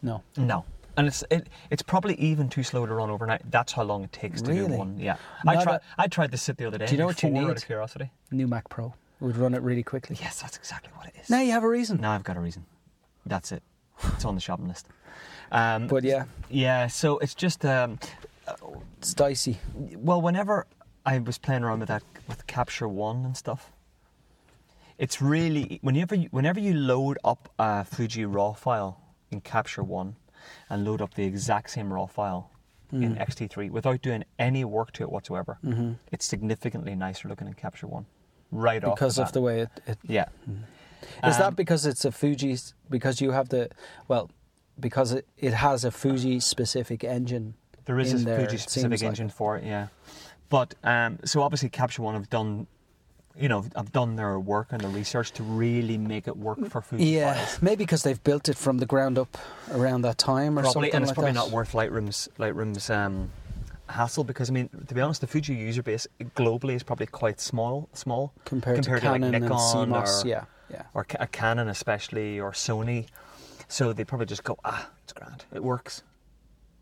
S1: No.
S2: No. And it's it, it's probably even too slow to run overnight. That's how long it takes to do
S1: Really?
S2: one. Yeah, I
S1: Not
S2: tried.
S1: a-
S2: I tried this sit the other day.
S1: Do you know
S2: and
S1: what you
S2: before, Out
S1: need?
S2: of curiosity.
S1: New Mac Pro It would run it really quickly.
S2: Yes, that's exactly what it is.
S1: Now you have a reason.
S2: Now I've got a reason. That's it. It's on the shopping list. Um,
S1: But yeah,
S2: yeah, so it's just um,
S1: it's dicey.
S2: well, whenever I was playing around with that with Capture One and stuff, it's really whenever you, whenever you load up a Fuji RAW file in Capture One and load up the exact same RAW file in
S1: Hmm.
S2: XT3 without doing any work to it whatsoever,
S1: Mm-hmm.
S2: it's significantly nicer looking in Capture One, right off
S1: Because of the way it, it
S2: bat. yeah.
S1: Is
S2: Um,
S1: that because it's a Fuji's? Because you have the, well, because it, it has a Fuji specific engine.
S2: There is
S1: in
S2: a
S1: there,
S2: Fuji
S1: it
S2: specific
S1: seems like.
S2: engine for it, yeah. But um, so obviously Capture One have done, you know, have done their work and the research to really make it work for Fuji
S1: Yeah,
S2: files.
S1: maybe because they've built it from the ground up around that time or
S2: Probably,
S1: something
S2: and it's
S1: like
S2: probably
S1: that.
S2: not worth Lightroom's Lightroom's um, hassle because I mean, to be honest, the Fuji user base globally is probably quite small, small
S1: compared, to
S2: like,
S1: Canon and
S2: Nikon
S1: CMOS.
S2: or,
S1: yeah, yeah,
S2: or Ca- Canon especially or Sony. So they probably just go, ah, it's grand, it works,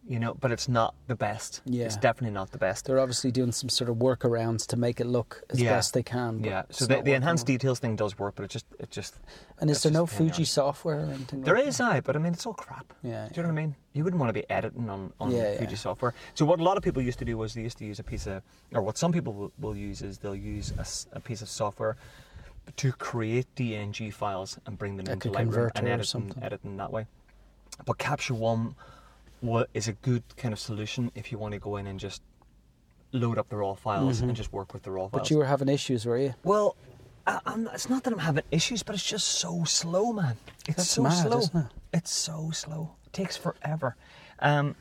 S2: you know. But it's not the best.
S1: Yeah.
S2: it's definitely not the best.
S1: they're obviously doing some sort of workarounds to make it look as
S2: Yeah.
S1: best they can. but
S2: Yeah,
S1: it's
S2: so the,
S1: not
S2: the
S1: working.
S2: enhanced details thing does work, but it just it just
S1: And is
S2: that's
S1: there no
S2: just a pain in the
S1: Fuji
S2: arse.
S1: software or anything?
S2: there
S1: like
S2: is I, but I mean it's all crap.
S1: That? Yeah,
S2: Do you know what I mean? You wouldn't want to be editing on, on
S1: Yeah, yeah.
S2: Fuji software. So what a lot of people used to do was they used to use a piece of, or what some people will, will use is they'll use a s- a, piece of software to create DNG files and bring them
S1: Like
S2: into
S1: a
S2: Lightroom
S1: converter
S2: and
S1: or
S2: edit them,
S1: something.
S2: edit them that way. But Capture One wa- is a good kind of solution if you want to go in and just load up the raw files and just work with the raw files.
S1: Mm-hmm. But you were having issues, were you?
S2: Well, I, I'm, it's not that I'm having issues, but it's just so slow, man. It's
S1: That's
S2: so
S1: mad,
S2: slow.
S1: isn't it?
S2: It's so slow. It takes forever. Um,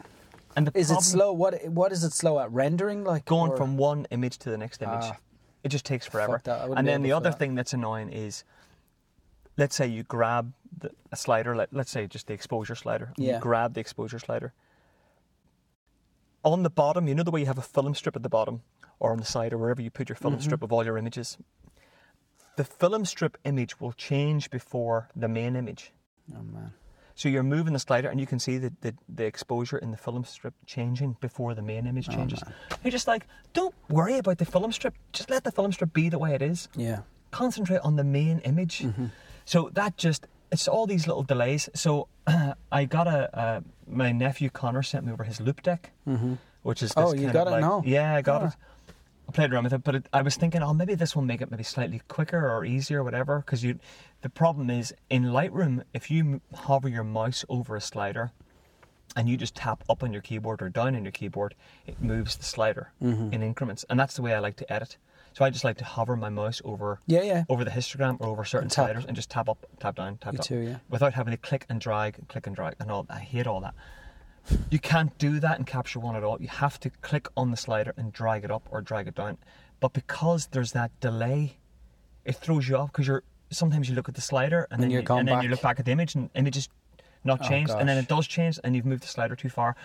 S2: and the
S1: Is it
S2: problem-
S1: slow? What What is it slow at rendering? Like
S2: Going
S1: or-
S2: from one image to the next image,
S1: Ah.
S2: it just takes forever.
S1: that, I wouldn't
S2: And
S1: be
S2: then the
S1: able for
S2: other
S1: that.
S2: thing that's annoying is, let's say you grab the, a slider. Let, let's say just the exposure slider. and
S1: Yeah.
S2: You grab the exposure slider. On the bottom, you know the way you have a film strip at the bottom, or on the side, or wherever you put your film
S1: Mm-hmm.
S2: strip of all your images. The film strip image will change before the main image.
S1: Oh man.
S2: So you're moving the slider and you can see the, the, the exposure in the film strip changing before the main image changes. you're just like, don't worry about the film strip. Just let the film strip be the way it is.
S1: Yeah.
S2: Concentrate on the main image.
S1: Mm-hmm.
S2: So that just, it's all these little delays. So I got a, uh, my nephew Connor sent me over his loop deck, which is this
S1: Oh, you
S2: kind
S1: got
S2: of
S1: it
S2: like,
S1: now?
S2: Yeah, I got
S1: Ah.
S2: it. I played around with it, but it, I was thinking, oh, maybe this will make it maybe slightly quicker or easier, or whatever. Because you, the problem is in Lightroom, if you m- hover your mouse over a slider, and you just tap up on
S1: Mm-hmm.
S2: your keyboard or down on your keyboard, it moves the slider in increments, and that's the way I like to edit. So I just like to hover my mouse over
S1: Yeah, yeah.
S2: over the histogram or over certain
S1: And tap.
S2: sliders and just tap up, tap down, tap
S1: You
S2: up,
S1: too, yeah.
S2: without having to click and drag, click and drag, and all. I hate all that. You can't do that in Capture One at all. You have to click on the slider and drag it up or drag it down. But because there's that delay, it throws you off because you're sometimes you look at the slider and then
S1: you're
S2: you,
S1: gone
S2: and then you
S1: back.
S2: look back at the image and image is not
S1: Oh,
S2: changed and then
S1: gosh.
S2: it does change and you've moved the slider too far.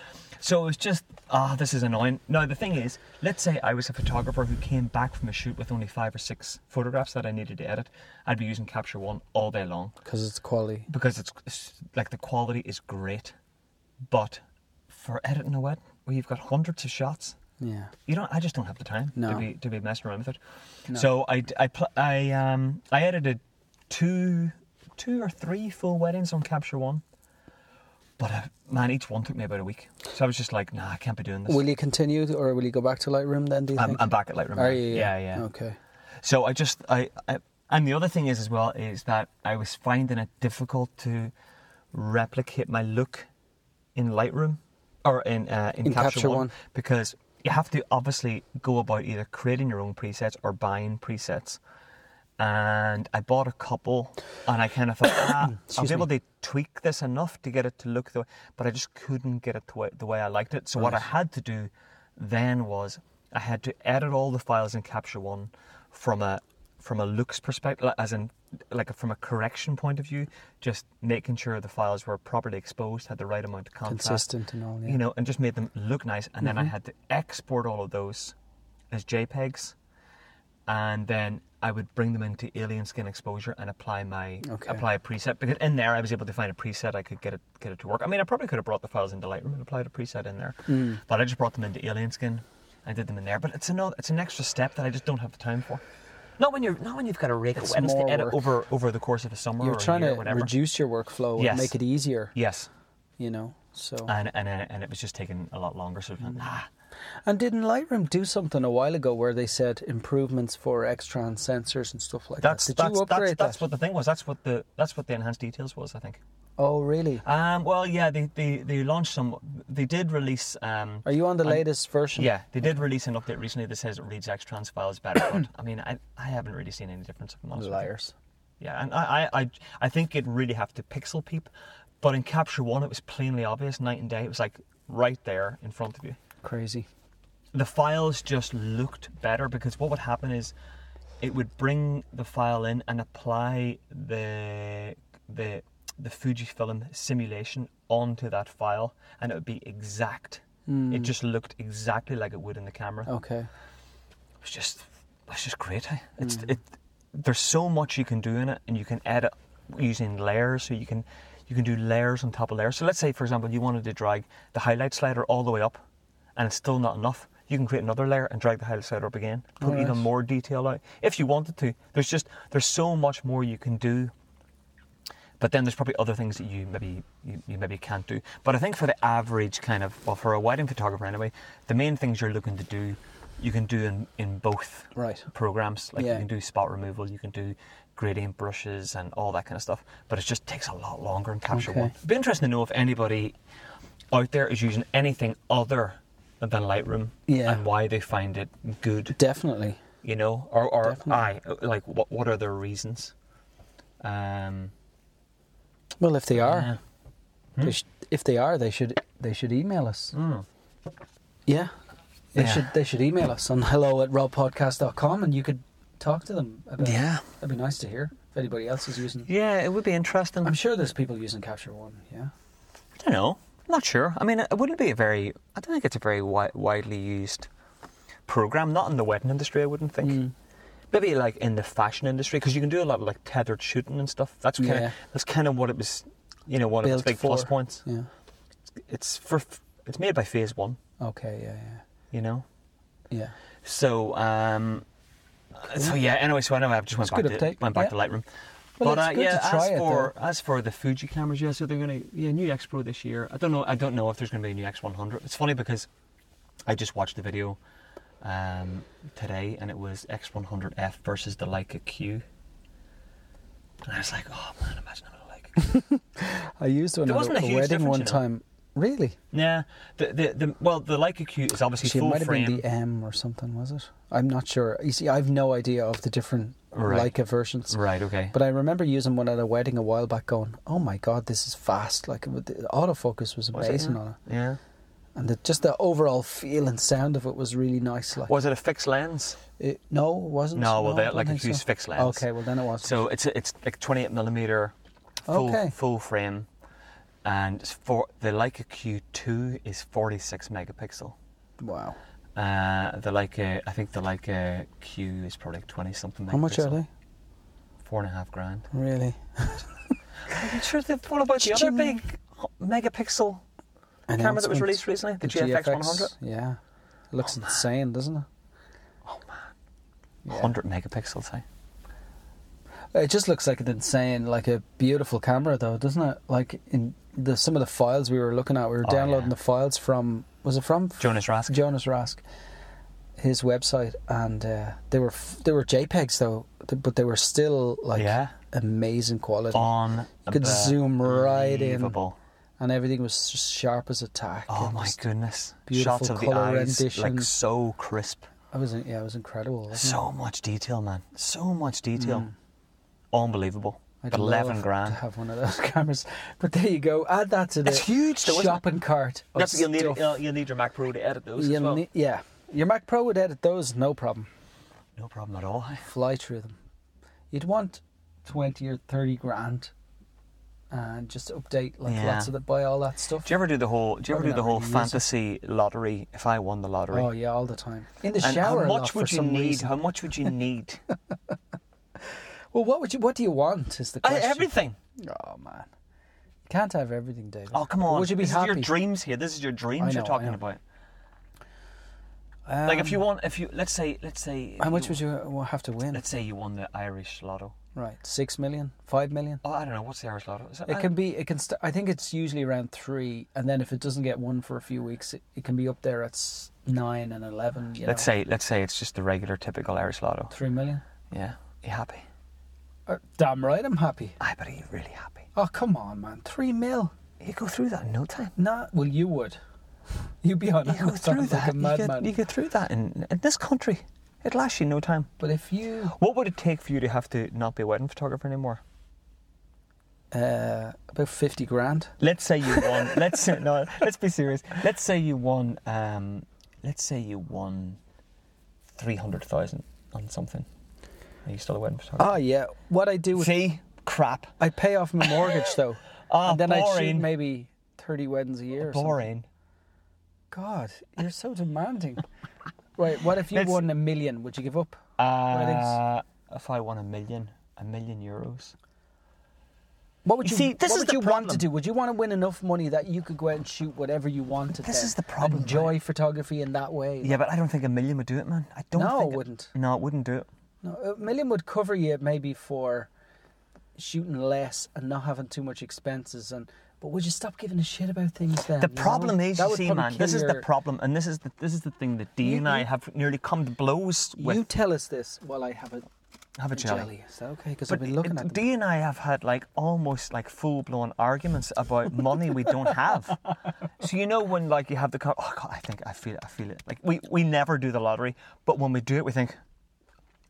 S2: So it's just ah, this is annoying. Now the thing is, let's say I was a photographer who came back from a shoot with only five or six photographs that I needed to edit, I'd be using Capture One all day long
S1: Because it's quality.
S2: because it's, it's like the quality is great, but for editing a wedding where you've got hundreds of shots,
S1: Yeah.
S2: you don't. I just don't have the time to
S1: No.
S2: be to be messing around with it. So I d- I pl- I um I edited two two or three full weddings on Capture One, but uh, man, each one took me about a week. So I was just like, nah, I can't be doing this.
S1: Will you continue or will you go back to Lightroom then? Do you
S2: I'm,
S1: think?
S2: I'm back at Lightroom.
S1: Are
S2: now.
S1: you?
S2: Um, Yeah, yeah.
S1: Okay.
S2: So I just I, I and the other thing is as well is that I was finding it difficult to replicate my look in Lightroom or in uh, in,
S1: In
S2: Capture,
S1: Capture
S2: One,
S1: One.
S2: because you have to obviously go about either creating your own presets or buying presets. And I bought a couple, and I kind of thought, ah, I'll
S1: Excuse
S2: be able to tweak this enough to get it to look the way, but I just couldn't get it the way, the way I liked it. So what I had to do then was I had to edit all the files in Capture One from a from a looks perspective, like- as in like from a correction point of view, just making sure the files were properly exposed, had the right amount of contrast,
S1: Consistent and all. Yeah.
S2: you know, and just made them look nice. And then I
S1: Mm-hmm.
S2: had to export all of those as JPEGs, and then I would bring them into Alien Skin Exposure and apply my
S1: Okay.
S2: apply a preset because in there I was able to find a preset I could get it get it to work. I mean, I probably could have brought the files into Lightroom and applied a preset in there,
S1: Mm.
S2: but I just brought them into Alien Skin. I did them in there, but it's another it's an extra step that I just don't have the time for. Not when you're not when you've got a rake of
S1: It's
S2: weddings to
S1: more
S2: edit
S1: work.
S2: over over the course of a summer
S1: You're
S2: or a
S1: trying
S2: year,
S1: to
S2: whatever.
S1: reduce your workflow
S2: Yes.
S1: and make it easier.
S2: yes,
S1: You know. So.
S2: and and uh, and it was just taking a lot longer. So
S1: Mm-hmm.
S2: ah,
S1: And didn't Lightroom do something a while ago where they said improvements for extran sensors and stuff like
S2: that's
S1: that? Did
S2: that's
S1: you
S2: that's,
S1: upgrade
S2: that's
S1: that?
S2: what the thing was. That's what the that's what the enhanced details was. I think.
S1: oh, really?
S2: Um, well, yeah, they, they, they launched some. They did release. Um,
S1: Are you on the
S2: I'm-
S1: latest version?
S2: yeah, they did release an update recently that says it reads Xtrans files better. but I mean, I, I haven't really seen any difference. If I'm honest with you.
S1: Liars.
S2: Yeah, and I, I, I, I think you'd really have to pixel peep, but in Capture One, it was plainly obvious, night and day. It was like right there in front of you.
S1: Crazy.
S2: The files just looked better because what would happen is, it would bring the file in and apply the the the Fujifilm simulation onto that file, and it would be exact. It
S1: Mm.
S2: just looked exactly like it would in the camera
S1: Okay.
S2: it's just it's just great. eh? It's it. There's so much you can do in it, and you can edit using layers. So you can you can do layers on top of layers. So let's say, for example, you wanted to drag the highlight slider all the way up, and it's still not enough. You can create another layer and drag the highlight slider up again, put
S1: Alright.
S2: even more detail out if you wanted to. There's just there's so much more you can do. But then there's probably other things that you maybe you, you maybe can't do. But I think for the average kind of well for a wedding photographer anyway, the main things you're looking to do, you can do in, in both
S1: Right.
S2: programs. Like you
S1: Yeah.
S2: can do spot removal, you can do gradient brushes and all that kind of stuff. But it just takes a lot longer in Capture
S1: Okay.
S2: One. It'd be interesting to know if anybody out there is using anything other than Lightroom
S1: Yeah.
S2: and why they find it good
S1: Definitely.
S2: you know, or or
S1: Definitely.
S2: I like what what are their reasons? Um,
S1: Well, if they are,
S2: yeah. Hmm?
S1: they sh- if they are, they should they should email us.
S2: Mm.
S1: Yeah. They
S2: Yeah.
S1: should they should email us on hello at robpodcast.com and you could talk to them about
S2: yeah,
S1: That'd be nice to hear if anybody else is using
S2: yeah, it would be interesting.
S1: I'm
S2: I'm,
S1: sure there's people using Capture One, yeah.
S2: I don't know, I'm not sure. I mean, it wouldn't be a very. I don't think it's a very wi- widely used program. Not in the wedding industry, I wouldn't think.
S1: Hmm.
S2: Maybe like in the fashion industry, because you can do a lot of like tethered shooting and stuff. That's kind of
S1: Yeah.
S2: that's kind of what it was. You know, one of its
S1: Built
S2: big plus
S1: for.
S2: points.
S1: Yeah.
S2: It's for it's made by Phase One.
S1: Okay, yeah, yeah.
S2: You know,
S1: Yeah.
S2: So, um, so yeah. Anyway, so anyway, I just went
S1: It's a
S2: back
S1: good
S2: to
S1: update,
S2: went back
S1: yeah.
S2: to Lightroom.
S1: Well,
S2: but
S1: it's
S2: uh,
S1: good
S2: yeah,
S1: to try
S2: as
S1: it,
S2: for as for the Fuji cameras, yeah. So they're gonna yeah new X Pro this year. I don't know. I don't know if there's gonna be a new X one hundred. It's funny because I just watched the video um, today, and it was X one hundred F versus the Leica Q, and I was like, oh man, imagine having a Leica.
S1: I used one
S2: There
S1: at
S2: wasn't a
S1: a
S2: huge
S1: wedding
S2: difference,
S1: one
S2: you know.
S1: time Really?
S2: Yeah, the the, the well, the Leica Q is obviously
S1: She
S2: full
S1: might have been
S2: frame.
S1: the M or something, was it? I'm not sure. You see, I've no idea of the different
S2: Right.
S1: Leica versions.
S2: right. Okay.
S1: But I remember using one at a wedding a while back, going, "Oh my god, this is fast!" Like it would- the autofocus was
S2: Was it,
S1: amazing
S2: yeah?
S1: on it,
S2: yeah.
S1: and the, just the overall feel and sound of it was really nice. Like,
S2: Was it a fixed lens?
S1: it, no, it wasn't.
S2: No, well,
S1: I
S2: they
S1: don't
S2: like a
S1: think
S2: huge
S1: so.
S2: fixed lens.
S1: Okay, well then it was.
S2: So it's a, it's like 28 millimeter, full
S1: Okay.
S2: full frame, and it's for the Leica Q2 is 46 megapixel.
S1: wow,
S2: Uh, the Leica, I think the Leica Q is probably 20 something.
S1: how much
S2: megapixel.
S1: are they?
S2: Four and a half grand.
S1: Really?
S2: I'm sure they've what about the other big megapixel camera that was
S1: Announcement.
S2: released recently, the, GFX 100.
S1: Yeah, it looks
S2: Oh,
S1: insane, doesn't it?
S2: 100 megapixels, eh?
S1: It just looks like an insane, like a beautiful camera, though, doesn't it? Like in the some of the files we were looking at, we were
S2: Oh,
S1: downloading the
S2: yeah.
S1: files from was it from
S2: Jonas Rask.
S1: Jonas Rask, his website, and uh, they were f- they were JPEGs though, th- but they were still like
S2: Yeah. Oh.
S1: amazing quality,
S2: On
S1: could zoom right in.
S2: unbelievable.
S1: and everything was just sharp as a tack.
S2: Oh
S1: It
S2: my
S1: was-
S2: goodness!
S1: beautiful
S2: Shots of the
S1: colour
S2: eyes, like
S1: rendition.
S2: so crisp,
S1: I was in- yeah, it was incredible. wasn't it?
S2: so much detail, man, so much detail, unbelievable.
S1: Hmm. I'd
S2: But Eleven
S1: love
S2: grand.
S1: to have one of those cameras. But there you go. Add that to the
S2: It's huge, though, isn't it?
S1: shopping cart. of
S2: That's, you'll need
S1: stuff.
S2: you'll, you'll need your Mac Pro to edit those
S1: You
S2: as well.
S1: ne- yeah, your Mac Pro would edit those, no problem.
S2: no problem at all. eh?
S1: Fly through them. You'd want twenty or thirty grand, and just update like
S2: Yeah.
S1: lots of the buy all that stuff.
S2: Do you ever do the whole? Do you ever
S1: Probably
S2: do the
S1: not
S2: whole
S1: really use it.
S2: fantasy lottery? If I won the lottery,
S1: Oh yeah, all the time in the
S2: and
S1: shower. a
S2: how
S1: lot
S2: much
S1: for
S2: would you
S1: some
S2: need?
S1: reason.
S2: How much would you need?
S1: Well, what would you? What do you want? Is the
S2: I,
S1: question.
S2: everything.
S1: Oh man, you can't have everything, David.
S2: Oh come
S1: But
S2: on!
S1: Would you be
S2: this
S1: happy?
S2: is your dreams here. This is your dreams
S1: I know,
S2: you're
S1: I
S2: talking
S1: know.
S2: about. like if you want, if you let's say, let's say,
S1: Um, How much would you uh, have to win?
S2: Let's say you won the Irish Lotto.
S1: Right, six million, five million.
S2: Oh, I don't know. What's the Irish Lotto? Is that,
S1: It can be. It can. St- I think it's usually around three, and then if it doesn't get one for a few weeks, it, it can be up there at s- nine and eleven. You
S2: let's
S1: know,
S2: say, let's say it's just the regular, typical Irish Lotto.
S1: three million.
S2: Yeah, you happy?
S1: Uh, damn right, I'm happy.
S2: I bet you really happy.
S1: Oh come on, man, three mil.
S2: You go through that in no time.
S1: Nah, well you would. You'd be on
S2: You go through
S1: like
S2: that.
S1: a
S2: you, get,
S1: madman.
S2: you get through that in, in this country. It lasts you no time.
S1: But if you,
S2: What would it take for you to have to not be a wedding photographer anymore?
S1: uh, about fifty grand.
S2: Let's say you won. let's say, no. Let's be serious. Let's say you won. Um, let's say you won three hundred thousand on something. Are you still a wedding photographer?
S1: Oh yeah, what I do with
S2: See, crap.
S1: I'd pay off my mortgage though,
S2: Ah,
S1: and then I'd shoot
S2: boring.
S1: maybe thirty weddings a year. or something.
S2: Boring.
S1: God, you're so demanding. right, what if you
S2: Let's-
S1: won a million? Would you give up?
S2: Uh, if I won a million, a million euros.
S1: What would
S2: You
S1: you,
S2: see, this
S1: what
S2: is
S1: would
S2: the
S1: you want to
S2: problem.
S1: do? Would you want to win enough money that you could go out and shoot whatever you wanted?
S2: This
S1: then?
S2: is the problem,
S1: Enjoy photography in that way.
S2: Yeah, but I don't think a million would do it, man. I don't.
S1: No,
S2: think
S1: it wouldn't.
S2: No, it wouldn't do it.
S1: No, a million would cover you maybe for shooting less and not having too much expenses. And but would you stop giving a shit about things then?
S2: The
S1: you know?
S2: problem is,
S1: That
S2: you
S1: would
S2: see,
S1: probably
S2: man,
S1: kill
S2: this is the
S1: your-
S2: problem, and this is the this is the thing that Dean
S1: You-
S2: and I
S1: you-
S2: have nearly come to blows with.
S1: You tell us this while I have a,
S2: have a
S1: a
S2: jelly.
S1: jelly. Is that okay? Because I've
S2: But
S1: been looking
S2: it-
S1: at them.
S2: Dee and I have had like almost like full blown arguments about money we don't have. So you know when like you have the car, oh god, I think I feel it, I feel it. Like we we never do the lottery, but when we do it, we think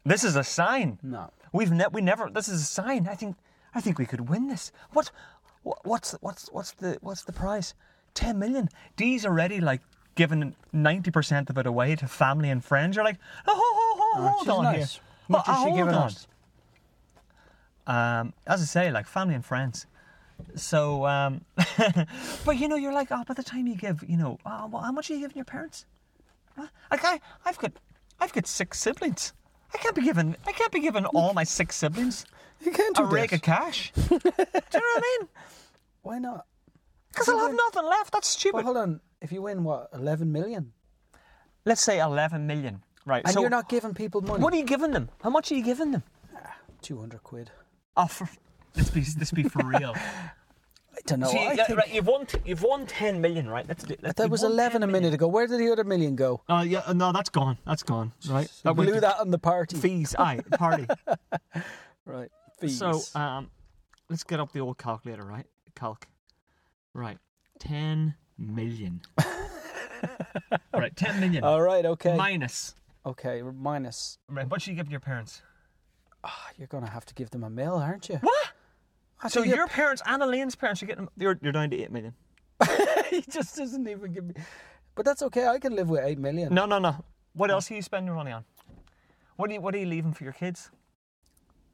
S2: this is a sign.
S1: No.
S2: we've ne- we never. This is a sign. I think I think we could win this. What, what what's what's what's the what's the prize? Ten million. Dee's already like giving ninety percent of it away to family and friends. You're like, oh, ho, ho, ho,
S1: Oh,
S2: hold
S1: she's
S2: on
S1: nice.
S2: here.
S1: Much
S2: Well,
S1: is she
S2: hold
S1: giving
S2: on
S1: us?
S2: um, as I say, like family and friends. So, um, but you know, you're like, oh, by the time you give, you know, oh, well, how much are you giving your parents? Huh? Like I, I've got, I've got six siblings. I can't be giving, I can't be giving all my six siblings
S1: You can't
S2: a
S1: do
S2: rake
S1: this.
S2: of cash. Do you know what I mean?
S1: Why not?
S2: Because I'll have nothing left. That's
S1: But
S2: stupid.
S1: hold on. If you win what eleven million,
S2: Let's say eleven million, right?
S1: and
S2: so,
S1: you're not giving people money,
S2: what are you giving them? How much are you giving them?
S1: two hundred quid.
S2: Oh, for, let's be, let's be for real.
S1: I don't know.
S2: See,
S1: Oh, I
S2: yeah,
S1: think
S2: right, you've won, t- you've won ten million, right? Let's do. Let's,
S1: that
S2: you've
S1: was
S2: won 10
S1: eleven a
S2: million.
S1: minute ago. Where did the other million go?
S2: Uh, yeah, uh, no, that's gone. That's gone. Right,
S1: That
S2: went
S1: blew
S2: to
S1: that on the party.
S2: fees. Aye, party.
S1: Right. Fees.
S2: so, uh, um, let's get up the old calculator. Right, calc. Right, ten
S3: million. right, 10 million.
S1: All right. Okay.
S3: Minus.
S1: okay. Minus.
S2: Right, what should you give your parents?
S1: Ah, you're gonna have to give them a mill, aren't you?
S2: What?
S1: I
S2: So
S1: think you're-
S2: your parents and Elaine's parents are getting. You're, you're down to eight million.
S1: he just doesn't even give me. But that's okay. I can live with eight million.
S2: No, no, no. What else are you spending your money on? What are you What are you leaving for your kids?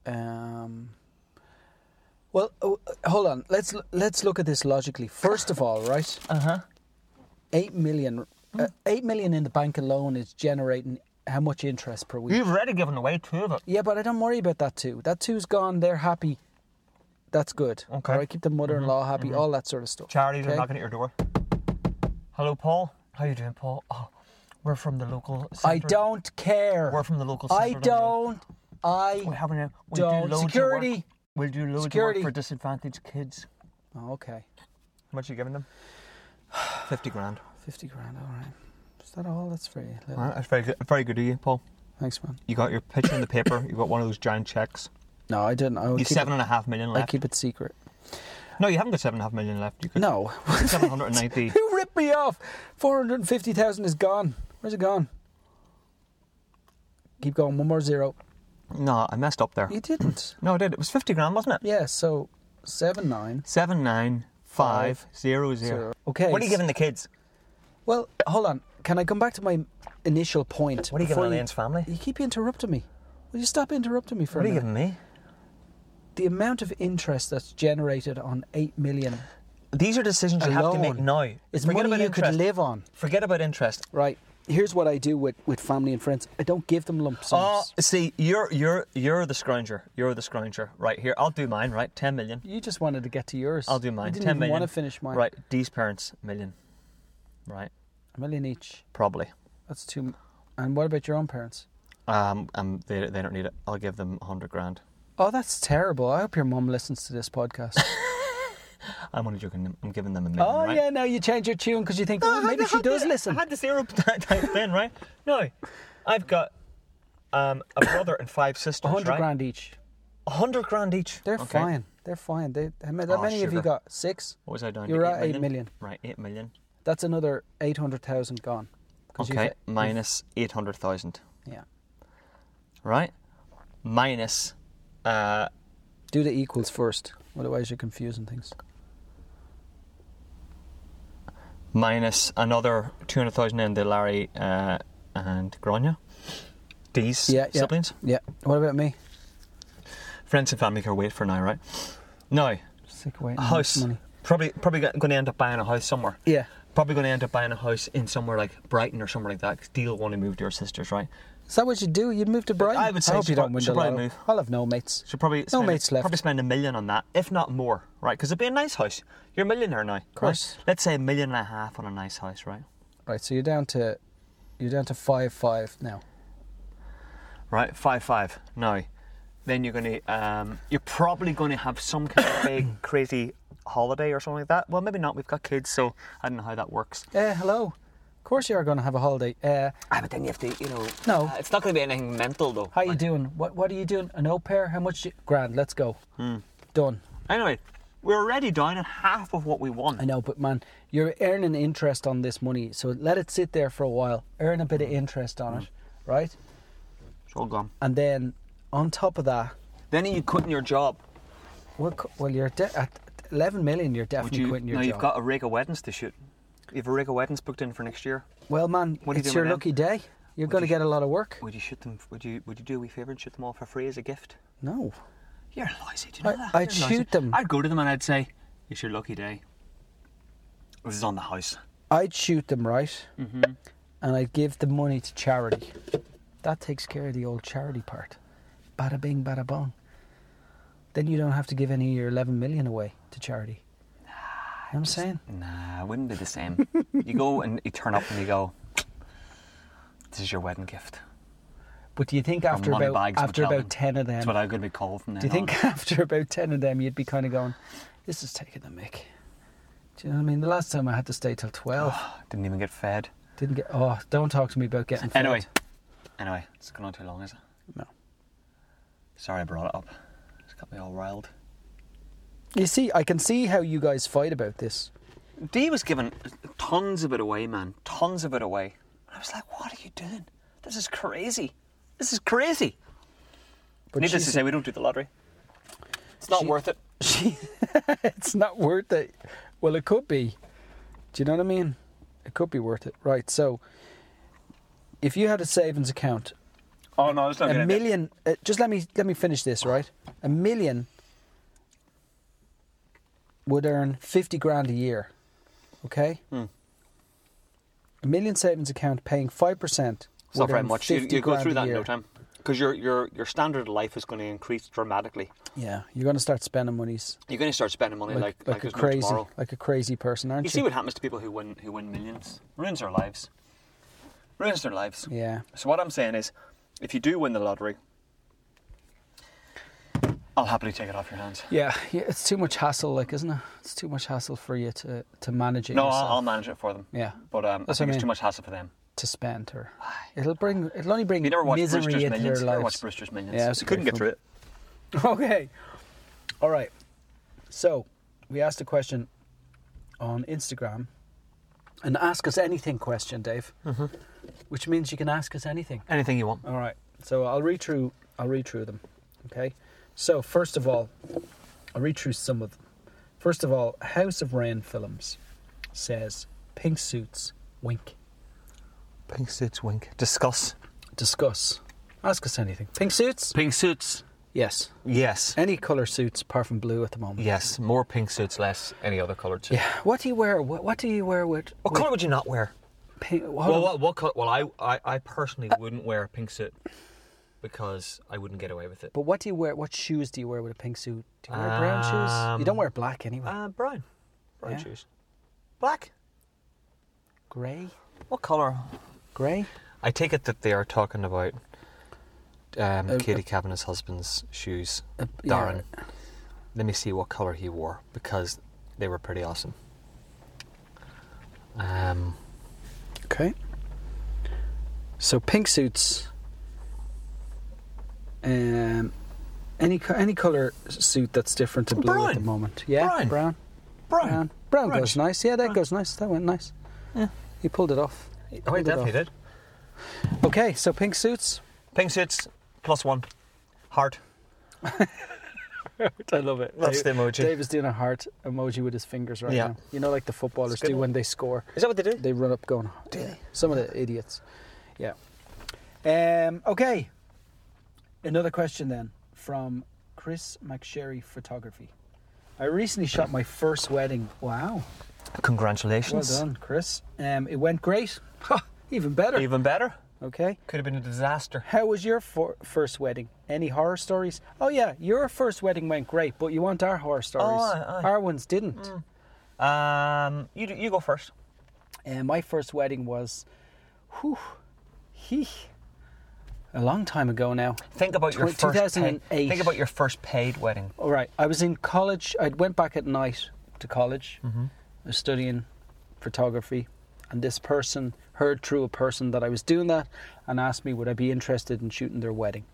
S1: Um. Well, oh, hold on. Let's let's look at this logically. First of all, right?
S2: Uh huh.
S1: Eight million. Uh, eight million in the bank alone is generating how much interest per week?
S2: You've already given away two of it.
S1: Yeah, but I don't worry about that too. That two's gone. They're happy. That's good.
S2: Okay. Mm-hmm.
S1: All right. Keep the mother-in-law happy. All that sort of stuff.
S2: Charities are
S1: Okay.
S2: knocking at your door. Hello, Paul. How you doing, Paul? Oh, we're from the local. Center.
S1: I don't care.
S2: We're from the local. Center
S1: I
S2: down the road.
S1: don't. I.
S2: We have an, we
S1: Don't.
S2: Do loads Of work.
S1: Security.
S2: We'll do loads
S1: Security.
S2: of work for disadvantaged kids.
S1: Oh, okay.
S2: How much are you giving them? Fifty grand.
S1: 50 grand, all right. Is that all? That's for you. Lily.
S2: All right, that's very good. Very good of you, Paul.
S1: Thanks, man.
S2: You got your picture in the paper. You got one of those giant checks.
S1: No, I didn't. I would
S2: You
S1: keep
S2: seven and a half million
S1: it, I
S2: left.
S1: keep it secret.
S2: No, you haven't got seven and a half million left. You got
S1: No.
S2: seven hundred and ninety.
S1: Who ripped me off? 450,000 is gone. Where's it gone? Keep going. One more zero.
S2: No, I messed up there.
S1: You didn't.
S2: No, I did. It was fifty grand, wasn't it?
S1: Yeah, so 7 9
S2: Seven nine five zero zero.
S1: Okay.
S2: What are you giving the kids?
S1: Well, hold on. Can I come back to my initial point?
S2: What are you
S1: before
S2: giving Elaine's family?
S1: You keep interrupting me. Will you stop interrupting me for
S2: What are
S1: a
S2: you
S1: minute?
S2: giving me?
S1: The amount of interest that's generated on 8 million
S2: These are decisions you have to make
S1: Alone.
S2: now.
S1: is money you
S2: interest.
S1: could live on.
S2: Forget about interest.
S1: Right. Here's what I do with, with family and friends. I don't give them lump
S2: Oh,
S1: sums.
S2: see, you're you're you're the scrounger. You're the scrounger. Right here, I'll do mine. Right, ten million.
S1: you just wanted to get to yours.
S2: I'll do mine.
S1: I didn't
S2: Ten
S1: even
S2: million.
S1: want to finish mine.
S2: Right, these parents million. Right,
S1: A million each.
S2: probably.
S1: That's too. m- And what about your own parents?
S2: Um, um, they they don't need it. I'll give them a hundred grand.
S1: Oh, that's terrible. I hope your mum listens to this podcast.
S2: I'm only joking. I'm giving them a million.
S1: oh
S2: right?
S1: yeah, now you change your tune because you think oh,
S2: I
S1: maybe
S2: had-
S1: she
S2: had
S1: does
S2: the-
S1: listen.
S2: I had this zero type then, right? No, I've got um, a brother and five
S1: A
S2: sisters.
S1: hundred
S2: right?
S1: grand each.
S2: A hundred grand each.
S1: They're
S2: Okay.
S1: fine. They're fine. They how many,
S2: Oh,
S1: how many have you
S2: sugar.
S1: got? Six.
S2: What was I doing?
S1: You're at eight million.
S2: Right, eight million.
S1: That's another eight hundred thousand gone. 'Cause you've-
S2: Okay, minus eight hundred thousand.
S1: Yeah.
S2: Right, minus. Uh,
S1: Do the equals first. Otherwise, you're confusing things.
S2: minus another 200,000 in the Larry uh, and Grania. These
S1: Yeah, yeah.
S2: siblings.
S1: Yeah. What about me?
S2: Friends and family can wait for now, right? Now,
S1: Sick waiting.
S2: a
S1: on this
S2: house.
S1: Money.
S2: Probably, probably going to end up buying a house somewhere.
S1: Yeah.
S2: Probably going to end up buying a house in somewhere like Brighton or somewhere like that. Cause Deal want to move to her sister's, right?
S1: Is that what you do? You'd move to Brighton?
S2: I would say
S1: I hope
S2: she
S1: you don't
S2: prob-
S1: win
S2: she
S1: the
S2: probably
S1: lotto.
S2: move.
S1: I'll have no mates.
S2: Should probably
S1: No
S2: spend,
S1: mates left.
S2: Probably spend a million on that, if not more, right? Because it'd be a nice house. You're a millionaire now. Of
S1: course.
S2: Let's say a million and a half on a nice house, right?
S1: Right, so you're down to you're down to five five now.
S2: right? Five five. No, then you're going to um, you're probably going to have some kind of big crazy holiday or something like that. Well, maybe not. We've got kids, so I don't know how that works.
S1: Eh, hello. Of course you are going to have a holiday. Eh,
S2: Ah, but then you have to, you know. uh,
S1: No.
S2: it's not going to be anything mental though.
S1: how you doing? What what are you doing? An au pair? How much? You, grand. Let's go.
S2: Hmm.
S1: Done.
S2: Anyway, we're already down at half of what we want.
S1: I know, but man, you're earning interest on this money, so let it sit there for a while. Earn a bit
S2: Mm.
S1: of interest on it, right?
S2: It's all gone.
S1: And then on top of that,
S2: Then are you quitting your job?
S1: well, c- well you're de- at eleven million. You're definitely
S2: you,
S1: quitting your
S2: now
S1: job.
S2: you've got a rig of weddings to shoot. You have a rig of weddings booked in for next year.
S1: well, man,
S2: What are you
S1: it's
S2: doing
S1: your
S2: with
S1: lucky
S2: them?
S1: day. You're going to
S2: you-
S1: get a lot of work.
S2: Would you shoot them? Would you would you do a wee favour and shoot them all for free as a gift?
S1: No.
S2: You're lousy, do you know
S1: I-
S2: that?
S1: I'd
S2: You're lousy.
S1: shoot them.
S2: I'd go to them and I'd say, It's your lucky day. This is on the house.
S1: I'd shoot them right,
S2: Mm-hmm.
S1: and I'd give the money to charity. That takes care of the old charity part. Bada bing, bada bong. Then you don't have to give any of your 11 million away to charity. You know what I'm saying?
S2: Nah, it wouldn't be the same. you go and you turn up and you go, This is your wedding gift.
S1: But do you think
S2: Or
S1: after
S2: money
S1: about
S2: bags would
S1: after
S2: tell
S1: about
S2: them.
S1: 10 of them,
S2: That's what I'm going to be called from now
S1: do you think after about 10 of them you'd be kind of going, this is taking the mick? Do you know what I mean? The last time I had to stay till 12.
S2: Didn't even get fed.
S1: Didn't get, oh, don't talk to me about getting fed.
S2: Anyway, anyway, it's gone on too long, is it?
S1: No.
S2: Sorry I brought it up. It's got me all riled.
S1: You see, I can see how you guys fight about this.
S2: Dee was giving tons of it away, man. Tons of it away. And I was like, what are you doing? This is crazy. This is crazy.
S1: But
S2: Needless
S1: she's-
S2: to say, we don't do the lottery. It's not
S1: She-
S2: worth it.
S1: She, it's not worth it. Well, it could be. Do you know what I mean? It could be worth it, right? So, if you had a savings account,
S2: Oh no, it's not
S1: a
S2: gonna do-
S1: million. Uh, just let me let me finish this, right? A million would earn fifty grand a year. Okay.
S2: Hmm.
S1: A million savings account paying five percent.
S2: It's not very much. You, you go through that in no time because your your your standard of life is going to increase dramatically.
S1: Yeah, you're going to start spending monies
S2: You're going to start spending money like
S1: like, like, a
S2: there's no
S1: crazy
S2: tomorrow.
S1: like a crazy person, aren't
S2: You
S1: you?
S2: see what happens to people who win who win millions? Ruins their lives. Ruins their lives.
S1: yeah.
S2: So what I'm saying is, if you do win the lottery, I'll happily take it off your hands.
S1: Yeah, yeah, it's too much hassle, like, isn't it? It's too much hassle for you to to manage it.
S2: No,
S1: yourself.
S2: I'll, I'll manage it for them.
S1: yeah,
S2: But um, I
S1: That's what
S2: think
S1: I
S2: it's too
S1: mean.
S2: much hassle for them.
S1: to spend or it'll bring it'll only bring
S2: You never watched
S1: misery
S2: Brewster's
S1: into
S2: Millions.
S1: their
S2: You never watched
S1: lives.
S2: Brewster's Millions.
S1: Yeah, it's
S2: You couldn't get through
S1: great
S2: it.
S1: Okay, all right. So we asked a question on Instagram, an ask us anything question, Dave, which means you can ask us anything.
S2: Anything you want.
S1: All right. So I'll read through. I'll read through them. Okay. So first of all, I'll read through some of them. First of all, House of Rain Films says pink suits. Wink.
S2: Pink suits, wink. Discuss.
S1: Discuss. Ask us anything. Pink suits.
S2: Pink suits.
S1: Yes.
S2: Yes.
S1: Any color suits apart from blue at the moment.
S2: Yes, more pink suits, less any other coloured suit.
S1: Yeah. What do you wear? What, what do you wear with?
S2: What
S1: with
S2: colour would you not wear?
S1: Pink, hold
S3: Well,
S1: on.
S3: what, what colour? Well, I, I, I personally wouldn't wear a pink suit because I wouldn't get away with it.
S1: But what do you wear? What shoes do you wear with a pink suit? Do you wear brown shoes? You don't
S3: Um,
S1: wear black anyway.
S3: Uh, brown. Brown
S1: Yeah.
S3: shoes. Black?
S1: Grey.
S2: What colour?
S1: Grey.
S2: I take it that they are talking about um,
S1: Uh,
S2: Katie Kavanagh's husband's shoes.
S1: Uh, yeah.
S2: Darren. Let me see what colour he wore because they were pretty awesome. Um,
S1: Okay. So pink suits. Um, any co- any color suit that's different to blue at the
S3: Oh, Brown.
S1: moment. Yeah,
S3: Brown. Mm.
S1: brown.
S3: brown.
S2: Oh,
S1: Brown. Brown
S3: Brown.
S1: goes nice. Yeah, that goes nice. That went nice.
S2: Yeah.
S1: He pulled it off. He
S3: Oh, I
S1: pulled it
S3: definitely
S1: off.
S3: did.
S1: Okay, so pink suits.
S3: Pink suits, plus one. Heart.
S1: I love it.
S2: That's the emoji.
S1: Dave is doing a heart emoji with his fingers right
S2: Yeah.
S1: now. You know, like the footballers
S2: It's a good
S1: do
S2: one.
S1: when they score.
S2: Is that what they do?
S1: They run up going. Do they? Some of the idiots. Yeah. Um, okay. Another question then from Chris McSherry Photography. I recently shot my first wedding. Wow. Well
S2: Congratulations.
S1: done, Chris. Um, it went great. Ha, even better.
S2: Even better.
S1: Okay.
S2: Could have been a disaster.
S1: How was your for- first wedding? Any horror stories? Oh yeah, your first wedding went great, but you want our horror stories.
S2: Oh, aye, Mm. aye.
S1: Our ones didn't.
S2: Um, you, do- you go first.
S1: And Uh, my first wedding was, whew, hee, a long time ago now.
S2: Think about your
S1: Twen-
S2: first. pay-
S1: 2008.
S2: think about your first paid wedding.
S1: All right, I was in college. I went back at night to college. I was studying photography, and this person heard through a person that I was doing that, and asked me would I be interested in shooting their wedding,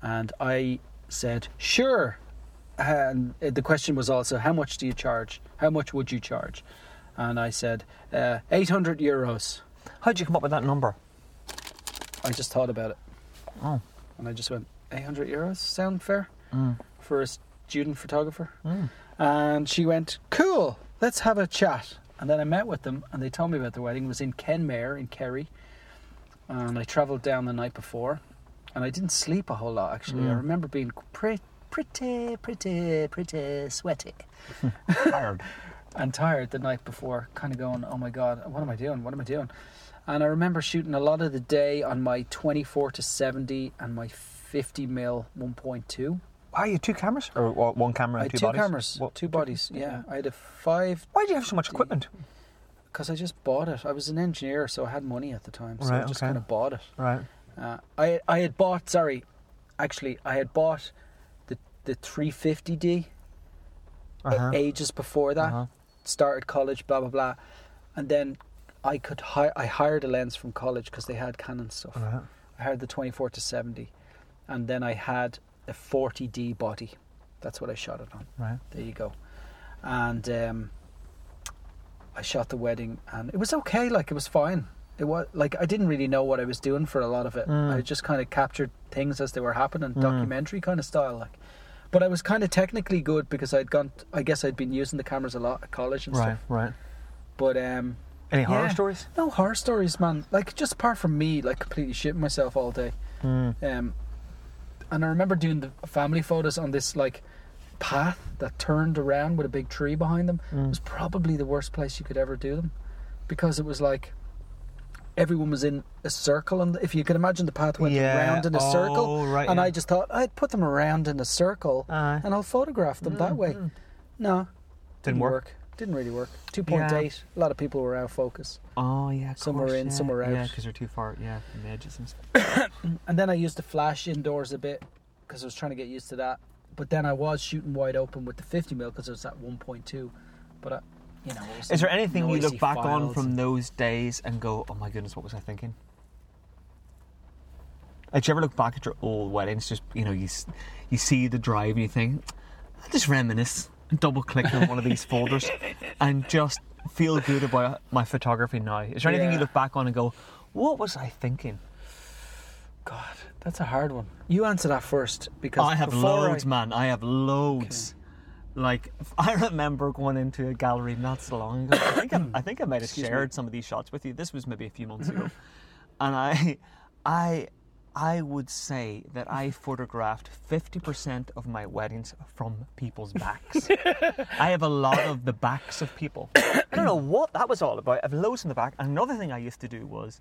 S1: and I said sure. And uh, the question was also how much do you charge? How much would you charge? And I said uh, 800 euros.
S2: How'd you come up with that number?
S1: I just thought about it.
S2: Oh.
S1: And I just went, 800 euros sound fair for a student photographer?
S2: Hmm.
S1: And she went, cool, let's have a chat. And then I met with them and they told me about their wedding. It was in Kenmare in Kerry. And I travelled down the night before and I didn't sleep a whole lot actually.
S2: Mm.
S1: I remember being pretty, pretty, pretty, pretty sweaty
S2: Tired.
S1: and tired the night before, kind of going, oh my God, what am I doing? What am I doing? And I remember shooting a lot of the day on my 24 to 70 and my 50 mil 1.2.
S2: Why you had two cameras or wha- one camera
S1: I
S2: and
S1: had
S2: two,
S1: Uh, two,
S2: bodies?
S1: cameras,
S2: What-
S1: two bodies. Yeah, I had a five
S2: Why do you have so much equipment?
S1: because I just bought it. I was an engineer, so I had money at the time, so I
S2: Right,
S1: just
S2: okay.
S1: kind of bought it.
S2: Right.
S1: Uh, I I had bought sorry, actually I had bought the the 350D
S2: Uh-huh.
S1: ages before that.
S2: Uh-huh.
S1: Started college, blah blah blah, and then I could hire I hired a lens from college because they had Canon stuff.
S2: Right.
S1: I hired the 24 to 70, and then I had a 40D body. That's what I shot it on.
S2: Right.
S1: There you go. And um, I shot the wedding, and it was okay. Like it was fine. It was like I didn't really know what I was doing for a lot of it. I just kind of captured things as they were happening, documentary kind of style. Like, but I was kind of technically good because I'd gone. I guess I'd been using the cameras a lot at college and
S2: Right,
S1: stuff.
S2: right.
S1: But um,
S2: Any horror
S1: Yeah.
S2: stories?
S1: no horror stories, man. Like just apart from me, like completely shitting myself all day.
S2: Hmm.
S1: Um, and I remember doing the family photos on this like path that turned around with a big tree behind them.
S2: Mm.
S1: It was probably the worst place you could ever do them because it was like everyone was in a circle, and if you can imagine, the path went
S2: Yeah.
S1: around in a circle.
S2: Oh, right,
S1: and
S2: yeah.
S1: I just thought I'd put them around in a circle,
S2: Aye.
S1: and I'll photograph them that way. No,
S2: Mm-hmm. Didn't work.
S1: Didn't really work. Two point eight. A lot of people were out of focus.
S2: Oh yeah, of
S1: Some are
S2: course,
S1: in,
S2: yeah.
S1: some are
S2: Yeah,
S1: out.
S2: because they're too far. Yeah, from the edges and stuff.
S1: and then I used the flash indoors a bit because I was trying to get used to that. But then I was shooting wide open with the 50 mil because it was at 1.2. But I, you know, it was
S2: Is there anything you
S1: noisy
S2: look back on
S1: files.
S2: from those days and go, "Oh my goodness, what was I thinking"? Like, do you ever look back at your old weddings? Just you know, you s- you see the drive and you think, "I just reminisce," and double click on one of these folders, and just feel good about my photography now. Is there anything
S1: Yeah.
S2: you look back on and go, "What was I thinking"?
S1: God, that's a hard one. You answer that first because
S2: I have
S1: before
S2: loads,
S1: I-
S2: man. I have loads. Like I remember going into a gallery not so long ago. I think I, I think I might have
S1: Excuse me.
S2: shared some of these shots with you. This was maybe a few months ago, and I, I, I would say that I photographed fifty percent of my weddings from people's backs. I have a lot of the backs of people. I don't know what that was all about. I've loads in the back. And another thing I used to do was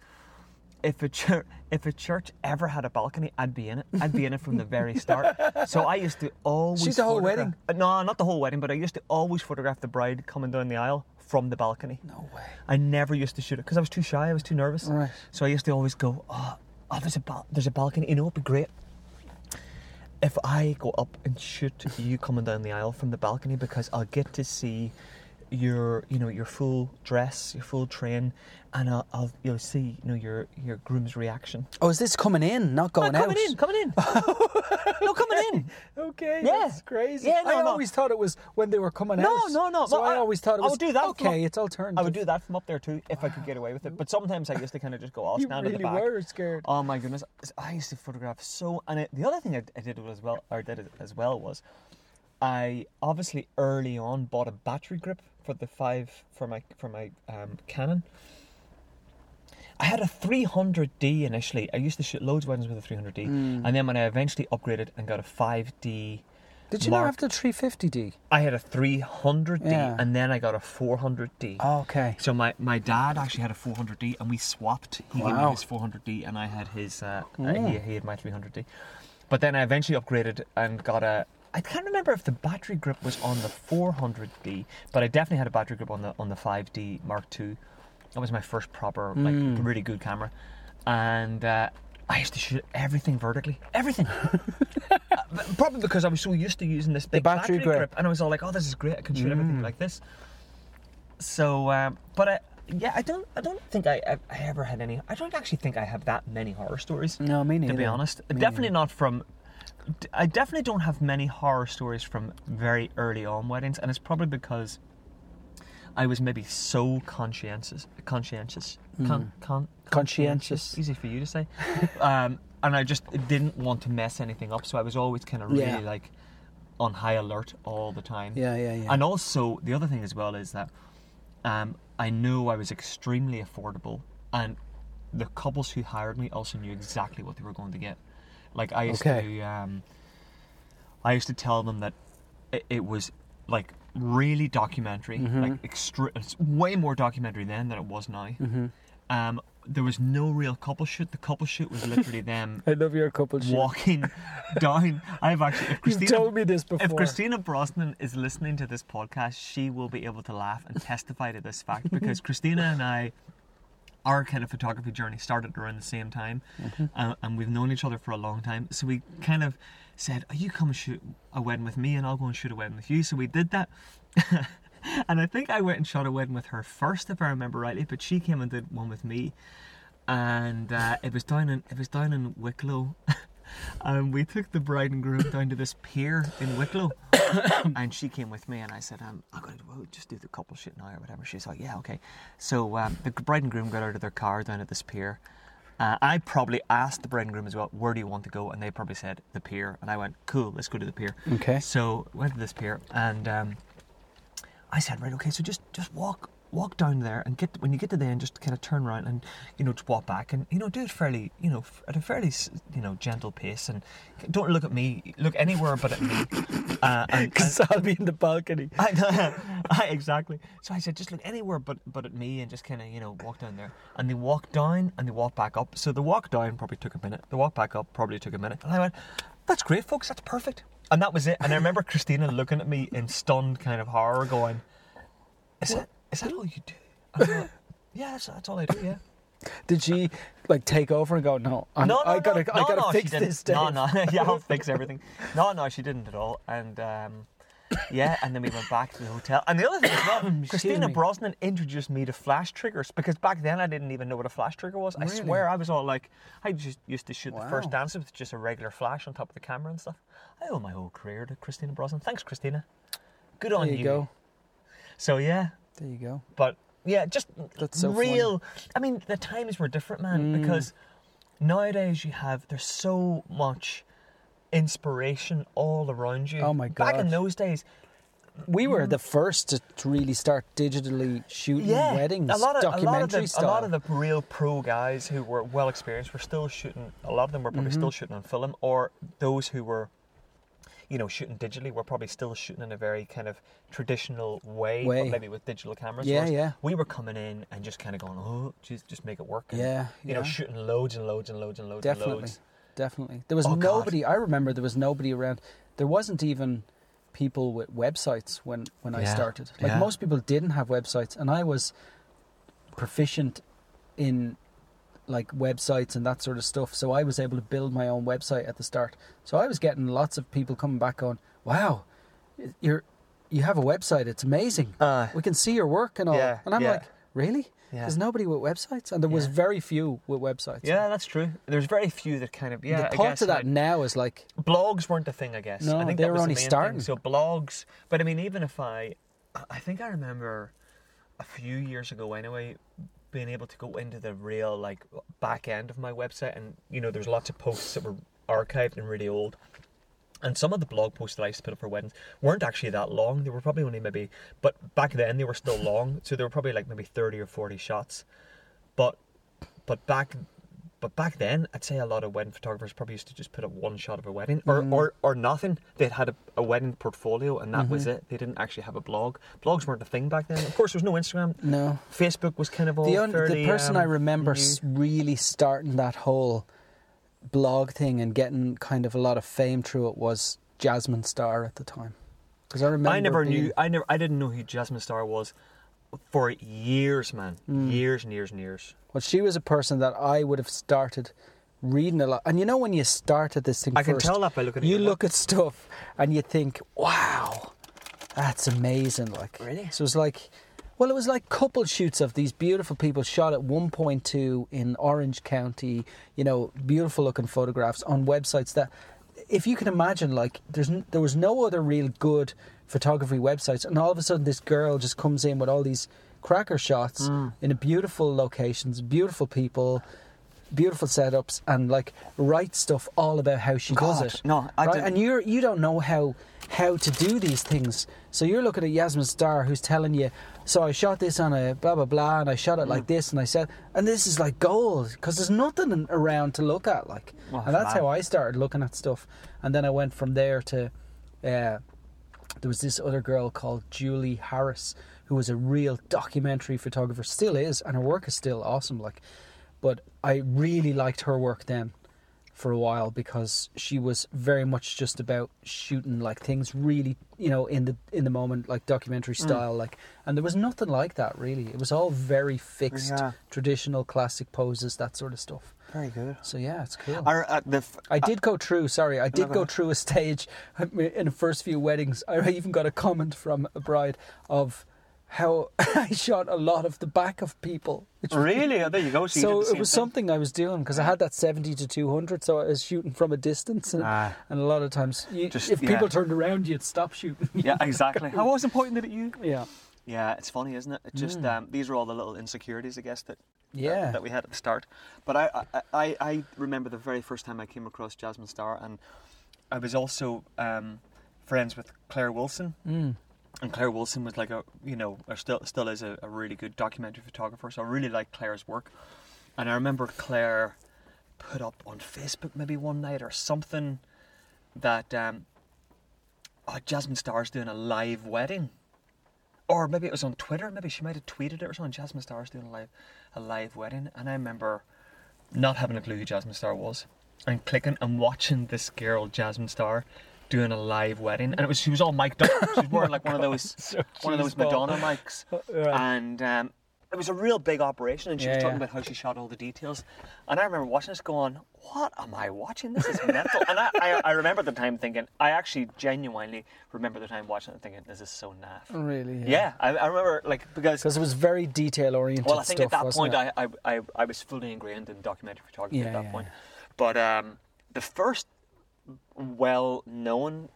S2: if a church if a church ever had a balcony, I'd be in it. I'd be in it from the very start. So I used to always
S1: Shoot the whole
S2: photograph-
S1: wedding?
S2: Uh, No, not the whole wedding, but I used to always photograph the bride coming down the aisle from the balcony.
S1: No way.
S2: I never used to shoot it because I was too shy. I was too nervous.
S1: Right.
S2: So I used to always go, oh, oh there's a bal- there's a balcony. You know, it'd be great if I go up and shoot you coming down the aisle from the balcony because I'll get to see your you know your full dress, your full train, and I'll, I'll you'll see you know your your groom's reaction.
S1: Oh, is this coming in, not
S2: Oh,
S1: going out?
S2: coming in, coming in. no, coming in.
S1: Okay,
S2: Yeah.
S1: that's crazy.
S2: Yeah, no,
S1: I
S2: no.
S1: always thought it was when they were coming
S2: No,
S1: out.
S2: no, no,
S1: So
S2: but
S1: I,
S2: I-
S1: always thought it
S2: I
S1: was
S2: would do that from
S1: Okay,
S2: up-
S1: it's alternative.
S2: I would do that from up there too if I could get away with it. But sometimes I used to kind of just go, I'll
S1: You
S2: stand at
S1: really
S2: the back.
S1: were scared.
S2: Oh my goodness! I used to photograph so, and it, the other thing I, I did as well, or did as well, was I obviously early on bought a battery grip for the five for my for my um, Canon. I had a 300D initially. I used to shoot loads of weddings with a 300D,
S1: Hmm.
S2: and then when I eventually upgraded and got a 5D,
S1: Did you not
S2: Mark-
S1: have the 350D?
S2: I had a 300D,
S1: Yeah.
S2: and then I got a 400D.
S1: Oh, Okay.
S2: So my, my dad actually had a 400D, and we swapped. He gave me
S1: Wow.
S2: his 400D, and I had his. Uh, uh,
S1: Mm.
S2: he, he had my 300D. But then I eventually upgraded and got a. I can't remember if the battery grip was on the 400D, but I definitely had a battery grip on the on the 5D Mark II. That was my first proper, like,
S1: Hmm.
S2: really good camera, and. Uh, I used to shoot everything vertically. Everything. Uh, but probably because I was so used to using this big
S1: battery grip. Hmm.
S2: and I was all like, "Oh, this is great! I can shoot everything like this." So, um, but I, yeah, I don't, I don't think I, I, I ever had any. I don't actually think I have that many horror stories.
S1: No, me neither.
S2: To be honest,
S1: Me
S2: definitely
S1: neither.
S2: not from. d- I definitely don't have many horror stories from very early on weddings, and it's probably because I was maybe so conscientious, conscientious, con, con,
S1: Hmm. Conscientious.
S2: Easy for you to say. um, and I just didn't want to mess anything up, so I was always kind of really
S1: Yeah.
S2: like on high alert all the time.
S1: Yeah, yeah, yeah.
S2: And also, the other thing as well is that um, I knew I was extremely affordable, and the couples who hired me also knew exactly what they were going to get. Like I used
S1: Okay.
S2: to, um, I used to tell them that it, it was like really documentary,
S1: Mm-hmm.
S2: like extra, it's way more documentary then than it was now.
S1: Mm-hmm.
S2: Um, there was no real couple shoot. The couple shoot was literally them
S1: I love your couple shoot.
S2: walking down. I've actually, if
S1: You've
S2: Christina,
S1: told me this before.
S2: if Christina Brosnan is listening to this podcast, she will be able to laugh and testify to this fact because Christina and I, our kind of photography journey started around the same time, uh, and we've known each other for a long time. So we kind of said, "Oh, you come and shoot a wedding with me, and I'll go and shoot a wedding with you." So we did that. And I think I went and shot a wedding with her first, if I remember rightly. But she came and did one with me, and uh, it was down in it was down in Wicklow, and we took the bride and groom down to this pier in Wicklow, and she came with me, and I said, um, "I'm going to well, just do the couple shit now or whatever." She's like, "Yeah, okay." So um, the bride and groom got out of their car down at this pier. Uh, I probably asked the bride and groom as well, "Where do you want to go?" And they probably said the pier, and I went, "Cool, let's go to the pier."
S1: Okay.
S2: So went to this pier, and um, I said, right, okay, so just just walk walk down there and get when you get to the end, just kind of turn around and you know just walk back and you know do it fairly you know f- at a fairly s- you know gentle pace and don't look at me, look anywhere but at me. Uh, and, and-
S1: Because I'll be in the balcony.
S2: I know. I, exactly. So I said, just look anywhere but but at me, and just kind of you know walk down there. And they walked down and they walked back up. So the walk down probably took a minute. The walk back up probably took a minute. And I went, that's great, folks. That's perfect. And that was it. And I remember Christina looking at me in stunned kind of horror, going, "Is that is that all you do?" And I'm like, yeah, that's, that's all I do. Yeah.
S1: Did she like take over and go? No, I'm,
S2: No, no,
S1: I gotta,
S2: no,
S1: I gotta
S2: no, no, she
S1: fix
S2: didn't.
S1: this day.
S2: No, no, yeah, I'll fix everything. No, no, she didn't at all. And um, yeah, and then we went back to the hotel. And the other thing is, well, Christina
S1: me.
S2: Brosnan introduced me to flash triggers because back then I didn't even know what a flash trigger was. I
S1: Really?
S2: swear, I was all like, I just used to shoot the first
S1: Wow.
S2: dance with just a regular flash on top of the camera and stuff. I owe my whole career to Christina Brosnan. Thanks, Christina. Good on
S1: There
S2: you.
S1: you go.
S2: So yeah,
S1: There you go.
S2: but yeah, just
S1: That's so Mm.
S2: real. I mean, the times were different, man, because nowadays you have there's so much inspiration all around you.
S1: Oh my
S2: Back in
S1: God.
S2: those days,
S1: We were the first to to really start digitally shooting
S2: Mm. yeah,
S1: weddings,
S2: a lot of
S1: documentary
S2: a lot of, the,
S1: style.
S2: a lot of the real pro guys who were well experienced were still shooting. A lot of them were
S1: Mm-hmm.
S2: probably still shooting on film, or those who were. You know, shooting digitally, we're probably still shooting in a very kind of traditional way,
S1: Way.
S2: but maybe with digital cameras.
S1: Yeah,
S2: whereas
S1: yeah.
S2: We were coming in and just kind of going, oh, just just make it work. and
S1: yeah,
S2: you know,
S1: yeah.
S2: shooting loads and loads and loads and loads and
S1: definitely,
S2: loads.
S1: definitely. There was
S2: Oh, God.
S1: nobody. I remember there was nobody around. There wasn't even people with websites when when I
S2: Yeah,
S1: started. Like
S2: yeah.
S1: most people didn't have websites, and I was proficient in like websites and that sort of stuff. So I was able to build my own website at the start. So I was getting lots of people coming back going, "Wow, you're you have a website. It's amazing.
S2: Uh,
S1: We can see your work and all."
S2: Yeah,
S1: and I'm
S2: yeah.
S1: like, "Really?"
S2: Yeah.
S1: There's nobody with websites, and there was
S2: Yeah.
S1: very few with websites.
S2: yeah, that's true. There's very few that kind of yeah.
S1: the
S2: I
S1: thought
S2: guess,
S1: to that
S2: like,
S1: now is like
S2: blogs weren't a thing. I guess
S1: No,
S2: I think
S1: they
S2: that
S1: were
S2: was the
S1: only
S2: main thing.
S1: starting.
S2: So blogs, but I mean, even if I, I- I think I remember a few years ago anyway, being able to go into the real like back end of my website, and you know, there's lots of posts that were archived and really old. And some of the blog posts that I used to put up for weddings weren't actually that long. They were probably only maybe, but back then they were still long. So they were probably like maybe thirty or forty shots. But but back but back then I'd say a lot of wedding photographers probably used to just put up one shot of a wedding or
S1: Mm.
S2: or, or nothing. They'd had a, a wedding portfolio and that
S1: Mm-hmm.
S2: was it. They didn't actually have a blog. Blogs weren't a thing back then. Of course, there was no Instagram.
S1: no.
S2: Facebook was kind of all
S1: The un-
S2: fairly,
S1: the person I
S2: um,
S1: remember s really starting that whole blog thing and getting kind of a lot of fame through it was Jasmine Star at the time. Because I remember
S2: I never
S1: being-
S2: knew. I never. I didn't know who Jasmine Star was for years, man.
S1: Mm.
S2: Years and years and years.
S1: Well, she was a person that I would have started reading a lot. And you know when you start at this thing
S2: I can
S1: first,
S2: tell that by looking at
S1: you
S2: your
S1: look at stuff and you think, "Wow, that's amazing!" Like
S2: Really?
S1: So it was like, well, it was like couple shoots of these beautiful people shot at 1.2 in Orange County. You know, beautiful looking photographs on websites that, if you can imagine, like there's n- there was no other real good photography websites, and all of a sudden this girl just comes in with all these cracker shots
S2: Mm.
S1: in a beautiful locations, beautiful people. Beautiful setups and like write stuff all about how she
S2: God,
S1: does it.
S2: no, I
S1: right?
S2: didn't-
S1: And you're you don't know how how to do these things. So you're looking at Yasmin Star who's telling you, so I shot this on a blah blah blah, and I shot it
S2: Mm.
S1: like this, and I said, and this is like gold because there's nothing around to look at, like,
S2: Well,
S1: and that's
S2: man.
S1: how I started looking at stuff, and then I went from there to, uh, there was this other girl called Julie Harris who was a real documentary photographer, still is, and her work is still awesome, like, but I really liked her work then for a while because she was very much just about shooting like things really you know in the in the moment like documentary style like and there was nothing like that really it was all very fixed
S2: Yeah.
S1: traditional classic poses that sort of stuff
S2: Very good.
S1: so yeah it's cool
S2: Are uh, the f-
S1: I did go through. Sorry, I did
S2: go
S1: go
S2: ahead.
S1: through a stage in the first few weddings. I even got a comment from a bride of how I shot a lot of the back of people. Which
S2: Really? Oh, there you go. So, you did
S1: so
S2: the
S1: it
S2: same
S1: was
S2: thing.
S1: something I was doing because I had that 70 to 200, so I was shooting from a distance. And,
S2: Ah.
S1: and a lot of times, you,
S2: Just-
S1: if
S2: yeah.
S1: people turned around, you'd stop shooting.
S2: Yeah, exactly. I wasn't pointing it at you.
S1: yeah.
S2: Yeah, it's funny, isn't it? It just um, these are all the little insecurities, I guess, that
S1: Yeah.
S2: that, that we had at the start. But I, I, I, I remember the very first time I came across Jasmine Star, and I was also um, friends with Claire Wilson,
S1: Mm.
S2: and Claire Wilson was like a you know or still still is a, a really good documentary photographer. So I really liked Claire's work, and I remember Claire put up on Facebook maybe one night or something that um, oh, Jasmine Star's doing a live wedding. Or maybe it was on Twitter. Maybe she might have tweeted it or something. Jasmine Star's doing a live, a live wedding, and I remember not having a clue who Jasmine Star was, and clicking and watching this girl Jasmine Star doing a live wedding, and it was she was all mic'd up. She was wearing like one
S1: Oh,
S2: of those one of those Madonna mics, and um, it was a real big operation. And she was
S1: Yeah,
S2: talking
S1: yeah.
S2: about how she shot all the details, and I remember watching this, going, "What am I watching? This is mental." and I, I, I remember at the time thinking, I actually genuinely remember the time watching it, and thinking, "This is so naff."
S1: Really?
S2: Yeah, I, I remember like because
S1: Because it was very detail oriented.
S2: well, I think
S1: stuff,
S2: at that
S1: wasn't
S2: point
S1: it?
S2: I, I, I, I was fully ingrained in documentary photography
S1: Yeah,
S2: at that
S1: yeah,
S2: point. But um, the first well known,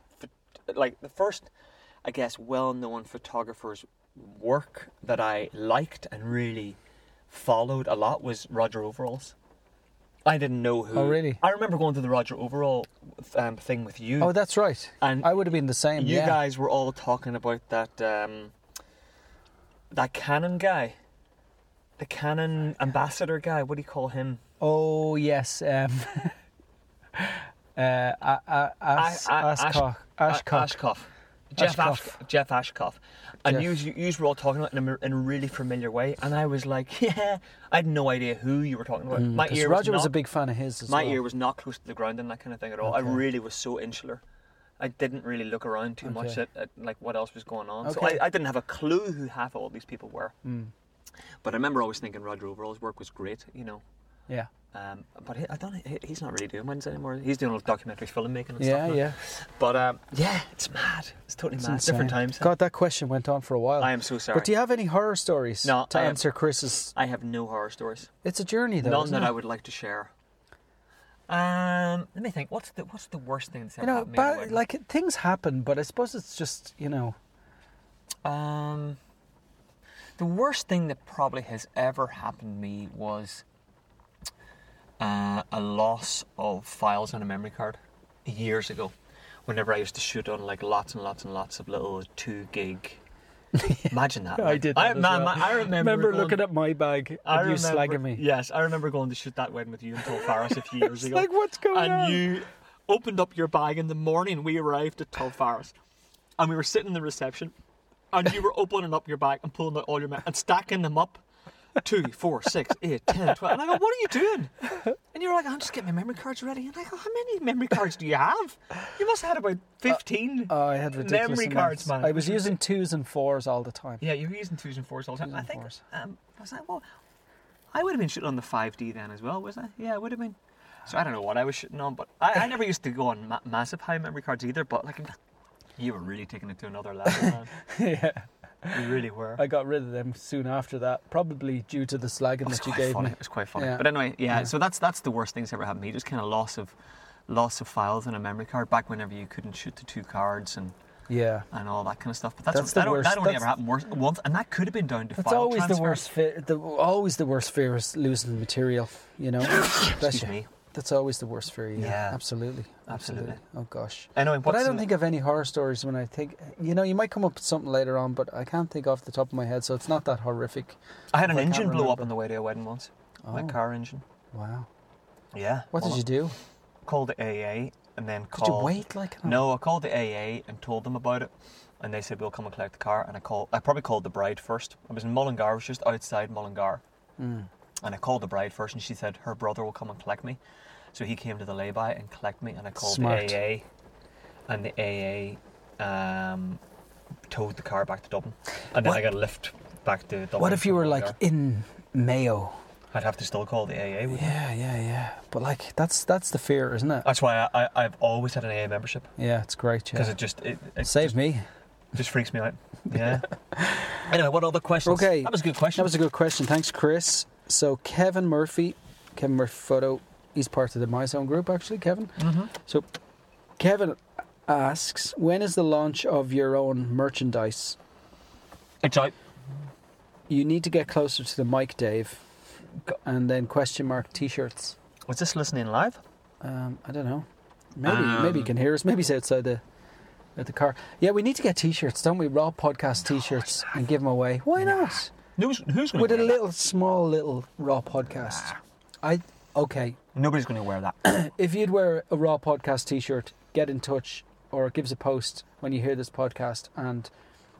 S2: like the first, I guess, well known photographer's work that I liked and really followed a lot was Roger Overalls. I didn't know who.
S1: Oh, really?
S2: I remember going to the Roger Overall um, thing with you.
S1: Oh, that's right.
S2: And
S1: I would have been the same.
S2: you
S1: yeah.
S2: guys were all talking about that um, that Canon guy, the Canon ambassador guy. What do you call him?
S1: Oh yes. Um, uh, a- a- As-
S2: A- A- Ash-
S1: Ashcock.
S2: A-
S1: Ashcock.
S2: Ashkoff. Jeff
S1: Ashkoff.
S2: Ashkoff. Jeff Ashkoff. And
S1: Jeff.
S2: you, you were all talking about it in a, in a really familiar way, and I was like, yeah, I had no idea who you were talking about. My
S1: Because
S2: ear
S1: Mm, Roger
S2: was,
S1: was,
S2: not,
S1: a big fan of his as
S2: my
S1: well.
S2: ear was not close to the ground and that kind of thing at all.
S1: Okay.
S2: I really was so insular. I didn't really look around too much
S1: Okay.
S2: at, at like what else was going on. So
S1: Okay.
S2: I, I didn't have a clue who half of all these people were.
S1: Mm,
S2: But I remember always thinking Roger Overall's work was great, you know.
S1: yeah.
S2: Um, but he, I don't. He, he's not really doing ones anymore. He's doing all documentary filmmaking and
S1: Yeah,
S2: stuff. now.
S1: yeah.
S2: But um, yeah, it's mad. It's totally
S1: It's
S2: mad.
S1: insane.
S2: Different times.
S1: God, that question went on for a while.
S2: I am so sorry.
S1: But do you have any horror stories
S2: No,
S1: to
S2: I am-
S1: answer Chris's?
S2: I have no horror stories.
S1: It's a journey, though.
S2: None
S1: isn't
S2: that
S1: it?
S2: I would like to share. Um, let me think. What's the What's the worst thing that's ever
S1: You know,
S2: happened? to me
S1: ba-
S2: in a wedding?
S1: like things happen, but I suppose it's just you know.
S2: um, the worst thing that probably has ever happened to me was uh, a loss of files on a memory card years ago. Whenever I used to shoot on like lots and lots and lots of little two gig. Imagine that.
S1: I
S2: like,
S1: did
S2: I,
S1: that as
S2: man,
S1: well.
S2: man, I remember, going-
S1: looking at my bag
S2: I
S1: and you slagging me.
S2: Yes, I remember going to shoot that wedding with you and Paul Farris a few years ago.
S1: like, what's going
S2: and
S1: on?
S2: you opened up your bag in the morning. We arrived at Tull Farris, and we were sitting in the reception, and you were opening up your bag and pulling out all your men and stacking them up. Two, four, six, eight, ten, twelve. And I go, what are you doing? And you were like, I'm just getting my memory cards ready. And I go, how many memory cards do you have? You must have had
S1: Uh,
S2: about 15.
S1: Oh, I had ridiculous
S2: Memory
S1: amounts.
S2: cards, man.
S1: I was using twos and fours all the time.
S2: Yeah, you were using twos and fours all the time.
S1: Twos
S2: I
S1: and
S2: think
S1: fours.
S2: um, was I well, I would have been shooting on the five D then as well, was I? Yeah, I would have been. So I don't know what I was shooting on, but I, I never used to go on ma- massive high memory cards either. But like, you were really taking it to another level,
S1: yeah.
S2: man. You really were.
S1: I got rid of them soon after that, probably due to the slagging
S2: It was
S1: that you
S2: quite
S1: gave
S2: funny.
S1: me.
S2: It was quite funny.
S1: Yeah.
S2: But anyway, yeah,
S1: Yeah.
S2: So that's that's the worst things ever happened to me. Just kind of loss of loss of files and a memory card back whenever you couldn't shoot the two cards and.
S1: Yeah,
S2: And all that kind of stuff, but that's,
S1: That's the
S2: that, o-
S1: worst.
S2: that only
S1: That's-
S2: ever happened worse, once, and that could have been down to
S1: that's
S2: file
S1: always the
S2: transfers.
S1: worst. Fear, the, always the worst fear is losing material. You know, Bless
S2: Excuse
S1: you.
S2: me.
S1: That's always the worst fear. Yeah,
S2: Yeah.
S1: absolutely,
S2: Absolutely.
S1: Oh gosh.
S2: Anyway,
S1: But I
S2: what's
S1: don't
S2: the-
S1: think of any horror stories when I think, you know, you might come up with something later on, but I can't think off the top of my head, so it's not that horrific.
S2: I had an
S1: I can't
S2: engine blow up
S1: remember.
S2: on the way to a wedding once. My
S1: Oh.
S2: car engine.
S1: Wow.
S2: Yeah.
S1: What
S2: uh, well,
S1: did you do?
S2: Called the AA and then
S1: Did you
S2: called.
S1: wait Oh. like an hour?
S2: No, I called the AA and told them about it, and they said we'll come and collect the car. And I called. I probably called the bride first. I was in Mullingar. I was just outside Mullingar,
S1: Mm.
S2: and I called the bride first, and she said her brother will come and collect me. So he came to the layby and collect me, and I called
S1: Smart.
S2: the AA, and the AA um, towed the car back to Dublin, and then
S1: What-
S2: I got a lift back to Dublin.
S1: What if you
S2: from
S1: were like
S2: Mullingar.
S1: in Mayo?
S2: I'd have to still call the AA. Wouldn't I?
S1: Yeah, yeah, yeah. But like, that's that's the fear, isn't it?
S2: That's why I, I, I've always had an AA membership
S1: Yeah, it's great.
S2: because
S1: Yeah.
S2: it just it, it
S1: Save
S2: just,
S1: me.
S2: just freaks me out.
S4: Yeah.
S2: Anyway, what other questions?
S1: Okay.
S2: That was a good question.
S1: That was a good question. Thanks, Chris. So Kevin Murphy, Kevin Murphy photo. He's part of the My Zone group, actually. Kevin.
S2: Mhm.
S1: So Kevin asks, when is the launch of your own merchandise?
S2: It's out.
S1: You need to get closer to the mic, Dave. And then question mark T-shirts.
S4: Was this listening live?
S1: Um, I don't know. Maybe
S2: Um,
S1: maybe you can hear us. Maybe he's outside the at the car. Yeah, we need to get T-shirts, don't we? Raw podcast T-shirts and give them away. Why not?
S2: Who's, who's going
S1: With
S2: to
S1: a
S2: wear
S1: little small little raw podcast. I okay.
S2: that? Nobody's going to wear that.
S1: If you'd wear a Raw Podcast t shirt, get in touch or give us a post when you hear this podcast. And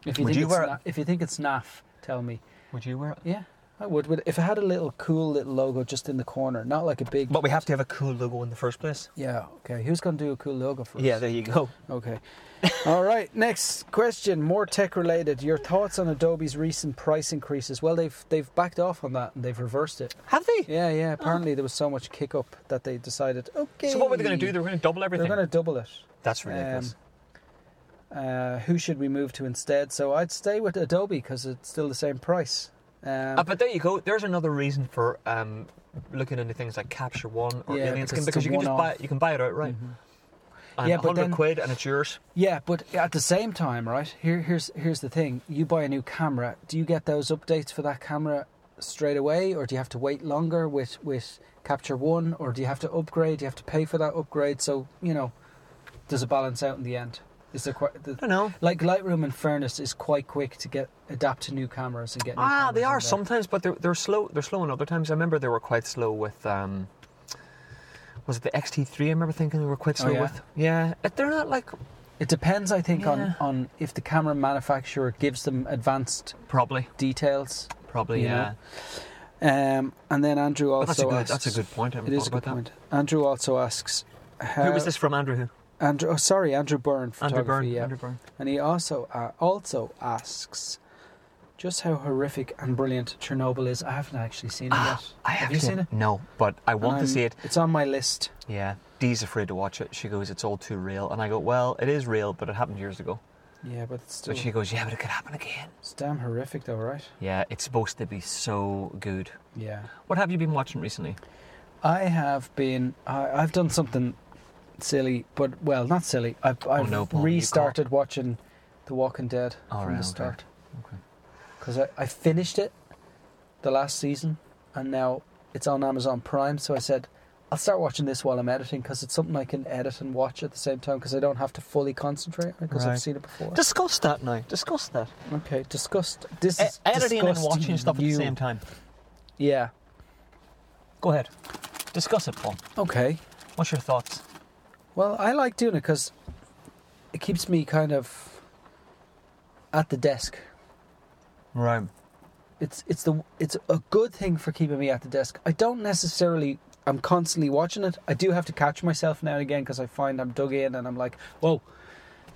S1: if you,
S4: Would
S1: think,
S4: you
S1: it's
S4: wear it?
S1: na- if you think it's naff, tell me.
S2: Would you wear it?
S1: Yeah, I would. But if it had a little cool little logo just in the corner, not like a big.
S2: But we have to have a cool logo in the first place.
S1: yeah, okay. Who's going to do a cool logo for
S2: Yeah,
S1: us?
S2: there you go.
S1: Okay. All right. Next question, more tech related. Your thoughts on Adobe's recent price increases? Well, they've they've backed off on that and they've reversed it.
S2: Have they?
S1: Yeah, yeah. Apparently, there was so much kick up that they decided. Okay.
S2: Oh. So what were they going to do? They were going to double everything.
S1: They're going to double it.
S2: That's ridiculous.
S1: Um, uh, who should we move to instead? So I'd stay with Adobe because it's still the same price. Um,
S2: Uh, but there you go. There's another reason for um, looking into things like Capture One or
S1: Yeah,
S2: Alien
S1: because
S2: Skin
S1: it's
S2: because
S1: a
S2: you can just buy
S1: one-off. Mm.
S2: it. You can buy it outright. And
S1: Yeah,
S2: yeah,
S1: but
S2: 100
S1: then-
S2: quid and it's yours.
S1: yeah, but at the same time, right? Here, here's here's the thing: you buy a new camera. Do you get those updates for that camera straight away, or do you have to wait longer with with Capture One, or do you have to upgrade? Do you have to pay for that upgrade? So you know, does it balance out in the end? Is there quite the,
S2: I don't know.
S1: like Lightroom and Furnace is quite quick to get adapt to new cameras and get new
S2: Ah,
S1: cameras
S2: they
S1: in
S2: are
S1: there.
S2: sometimes, but they're, they're slow. They're slow in other times. I remember they were quite slow with. Um, was it the XT3? I remember thinking they were quite
S1: Oh,
S2: slow
S1: yeah.
S2: with. Yeah, Uh, they're not like
S1: It depends, I think,
S2: Yeah.
S1: on, on if the camera manufacturer gives them advanced
S2: probably,
S1: details.
S2: probably.
S1: You
S2: yeah,
S1: know, Um, and then Andrew
S2: but
S1: also
S2: that's a good.
S1: asks.
S2: That's a good point. I haven't
S1: It
S2: thought
S1: is a good
S2: about
S1: point. Andrew also asks.
S2: that.
S1: How,
S2: Who was this from? Andrew.
S1: Andrew, oh, sorry, Andrew Byrne.
S2: Who? Andrew
S1: Photography,
S2: Byrne.
S1: Yeah.
S2: Andrew Byrne.
S1: And he also uh, also asks, just how horrific and brilliant Chernobyl is. I haven't actually seen it
S2: Ah,
S1: yet.
S2: I
S1: Have you seen it?
S2: No, but I want
S1: I'm-
S2: to see it.
S1: It's on my list.
S2: Yeah, Dee's afraid to watch it. She goes, "It's all too real," and I go, "Well, it is real, but it happened years ago."
S1: Yeah, but it's
S2: So
S1: still
S2: she goes, "Yeah, but it could happen again."
S1: it's damn horrific, though, right?
S2: Yeah, it's supposed to be so good.
S1: Yeah.
S2: What have you been watching recently?
S1: I have been. I, I've done something silly, but well, not silly. I've, I've
S2: Oh, no, Paul, you
S1: restarted watching The Walking Dead
S2: All
S1: from
S2: right,
S1: the
S2: okay,
S1: start
S2: okay.
S1: because I, I finished it the last season, and now it's on Amazon Prime. So I said I'll start watching this while I'm editing because it's something I can edit and watch at the same time because I don't have to fully concentrate because I've
S2: Right.
S1: seen it before.
S2: Discuss that now. Discuss that.
S1: okay, disgust. This
S2: E-
S1: is
S2: editing and
S1: disgusting
S2: watching stuff at the
S1: you.
S2: same time.
S1: Yeah.
S2: Go ahead. Discuss it, Paul.
S1: Okay.
S2: What's your thoughts?
S1: Well, I like doing it because it keeps me kind of at the desk.
S2: Right.
S1: It's it's the it's a good thing for keeping me at the desk. I don't necessarily I'm constantly watching it. I do have to catch myself now and again because I find I'm dug in and I'm like, whoa.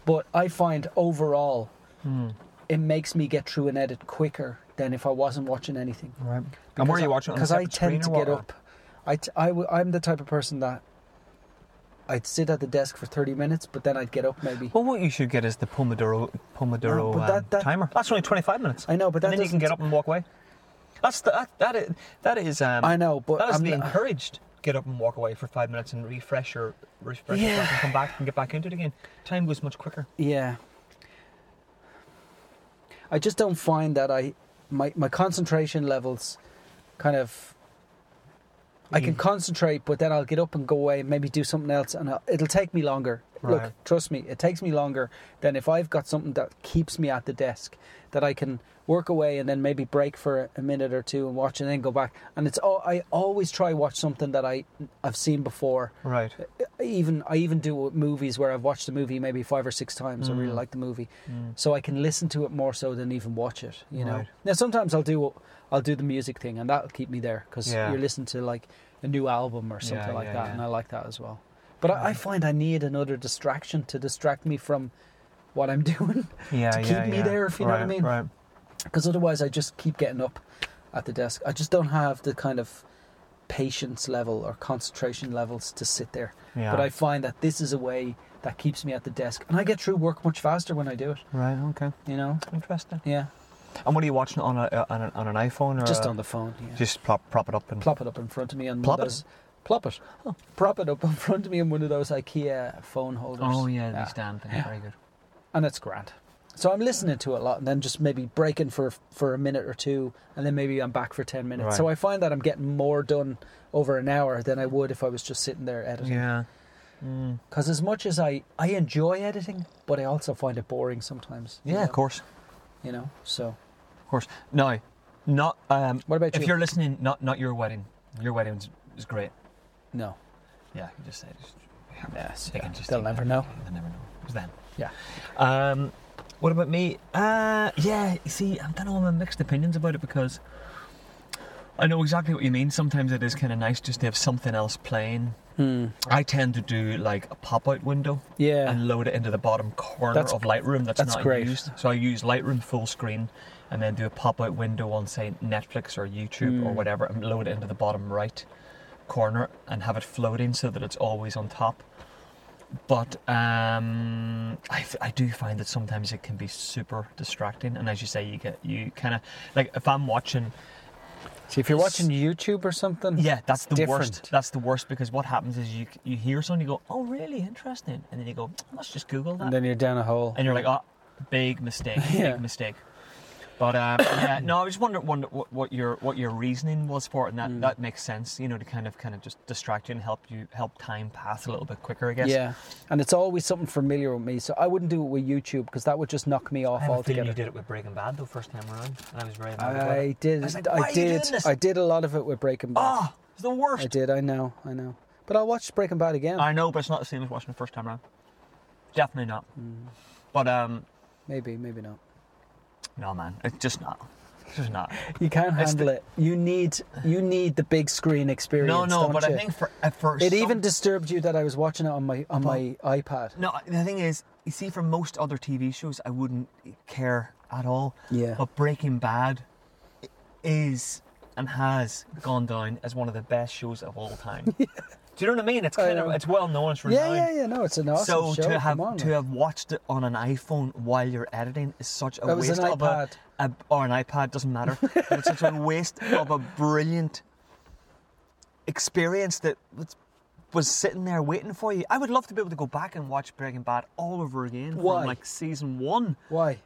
S1: But I find overall
S2: Hmm.
S1: it makes me get through an edit quicker than if I wasn't watching anything.
S2: Right. And where are you watching?
S1: Because I tend to get up. I, t- I w- I'm the type of person that I'd sit at the desk for 30 minutes, but then I'd get up maybe.
S2: Well, what you should get is the Pomodoro Pomodoro
S1: No, Oh, but
S2: um,
S1: that- that-
S2: timer. That's only twenty five minutes.
S1: I know, but that
S2: And then you can
S1: doesn't-
S2: get up and walk away. That's the, that that is that is. Um,
S1: I know, but
S2: that is
S1: I'm
S2: the
S1: not-
S2: encouraged. Get up and walk away for five minutes and refresh your refresh
S1: Yeah.
S2: yourself and come back and get back into it again. Time goes much quicker.
S1: Yeah. I just don't find that I my my concentration levels kind of I can
S2: Mm.
S1: concentrate, but then I'll get up and go away and maybe do something else, and I'll, it'll take me longer. Look,
S2: Right.
S1: trust me, it takes me longer than if I've got something that keeps me at the desk that I can work away and then maybe break for a minute or two and watch and then go back. And it's all I always try watch something that I I've seen before
S2: Right.
S1: I even I even do with movies where I've watched the movie maybe five or six times. I really
S2: Mm.
S1: like the movie, so I can listen to it more so than even watch it. You know.
S2: Right.
S1: Now sometimes I'll do I'll do the music thing, and that'll keep me there because
S2: Yeah.
S1: you're listening to like a new album or something
S2: Yeah,
S1: like
S2: yeah,
S1: that,
S2: yeah.
S1: and I like that as well. But I, I
S2: Yeah.
S1: find I need another distraction to distract me from what I'm doing,
S2: Yeah.
S1: To
S2: yeah,
S1: keep me
S2: yeah.
S1: there, if you know what I
S2: Right,
S1: mean.
S2: Right.
S1: because otherwise I just keep getting up at the desk. I just don't have the kind of patience level or concentration levels to sit there.
S5: Yeah.
S1: But I find that this is a way that keeps me at the desk, and I get through work much faster when I do it.
S5: Right. Okay.
S1: You know?
S5: Interesting.
S1: Yeah.
S5: And what are you watching on a uh, on an, on an iPhone or
S1: Just
S5: a-
S1: on the phone. Yeah.
S5: Uh, Just plop prop it up and
S1: plop it up in front of me on
S5: Plop
S1: one
S5: it?
S1: of those. Plop it. Oh, Prop it up in front of me in one of those IKEA phone holders.
S2: Oh yeah, they stand.
S1: Yeah.
S2: Very good.
S1: and it's grand. So I'm listening to it a lot, and then just maybe breaking for for a minute or two, and then maybe I'm back for ten minutes.
S5: Right.
S1: So I find that I'm getting more done over an hour than I would if I was just sitting there editing.
S5: yeah. Mm.
S1: Because as much as I I enjoy editing, but I also find it boring sometimes. you
S5: Yeah,
S1: know?
S5: of course,
S1: You know. So
S5: of course. No, not um,
S1: what about
S2: If
S1: you?
S2: you're listening, not not your wedding. Your wedding was, was great.
S1: no.
S2: Yeah, you just said. Just,
S1: Yes.
S2: They can just
S1: They'll
S2: take
S1: never
S2: that.
S1: know.
S2: I never know. It was then.
S1: Yeah.
S2: Um, what about me? Uh, yeah. You see, I don't know. I'm in mixed opinions about it because I know exactly what you mean. Sometimes it is kind of nice just to have something else playing.
S1: Hmm.
S2: I tend to do like a pop-out window
S1: Yeah.
S2: and load it into the bottom corner
S1: That's-
S2: of Lightroom that's,
S1: that's
S2: not
S1: great.
S2: used. So I use Lightroom full screen and then do a pop-out window on say Netflix or YouTube or
S1: Mm.
S2: whatever and load it into the bottom right corner and have it floating so that it's always on top. But um, I, f- I do find that sometimes it can be super distracting, and as you say, you get you kind of like if I'm watching
S1: See, if you're watching YouTube or something.
S2: yeah, that's the
S1: It's
S2: worst.
S1: different.
S2: That's the worst because what happens is you you hear something, you go, oh, really interesting, and then you go, "Oh, let's just Google that,
S1: And
S2: and,
S1: then you're down a hole.
S2: you're like, oh, big mistake,
S1: Yeah.
S2: big mistake. But um, yeah, no, I just wonder, wonder what, what your what your reasoning was for it, and
S1: Mm.
S2: that, that makes sense, you know, to kind of kind of just distract you and help you help time pass a little bit quicker, I guess.
S1: Yeah, and it's always something familiar with me, so I wouldn't do it with YouTube because that would just knock me off
S2: I have a feeling
S1: altogether.
S2: you did it with Breaking Bad though first time around, and I was very mad about it.
S1: I did.
S2: I
S1: I,
S2: was like, "Why are you
S1: did.
S2: doing this?"
S1: I did a lot of it with Breaking Bad.
S2: Ah, it's the
S1: I
S2: worst.
S1: did. I know. I know. But I watched Breaking Bad again.
S2: I know, but it's not the same as watching it first time around. Definitely not.
S1: Mm.
S2: But um,
S1: maybe. Maybe not.
S2: No, man, it's just not. It's just not.
S1: You can't
S2: It's
S1: handle it. You need. You need the big screen experience.
S2: no, no,
S1: don't
S2: but I
S1: you?
S2: think for uh, for
S1: it
S2: some-
S1: even disturbed you that I was watching it on my on my iPad.
S2: no. The thing is, you see, for most other TV shows, I wouldn't care at all.
S1: Yeah.
S2: But Breaking Bad i- is and has gone down as one of the best shows of all time. Do you know what I mean? It's kind of
S1: know.
S2: it's well known. It's
S1: Yeah,
S2: renowned.
S1: yeah, yeah. No, it's an awesome
S2: so
S1: show.
S2: to have
S1: Come on,
S2: to
S1: man.
S2: have watched it on an iPhone while you're editing is such a
S1: That was
S2: waste
S1: an
S2: of a,
S1: iPad.
S2: a or an iPad doesn't matter. but it's such a waste of a brilliant experience that was, was sitting there waiting for you. I would love to be able to go back and watch Breaking Bad all over again
S1: Why?
S2: from like season one.
S1: Why?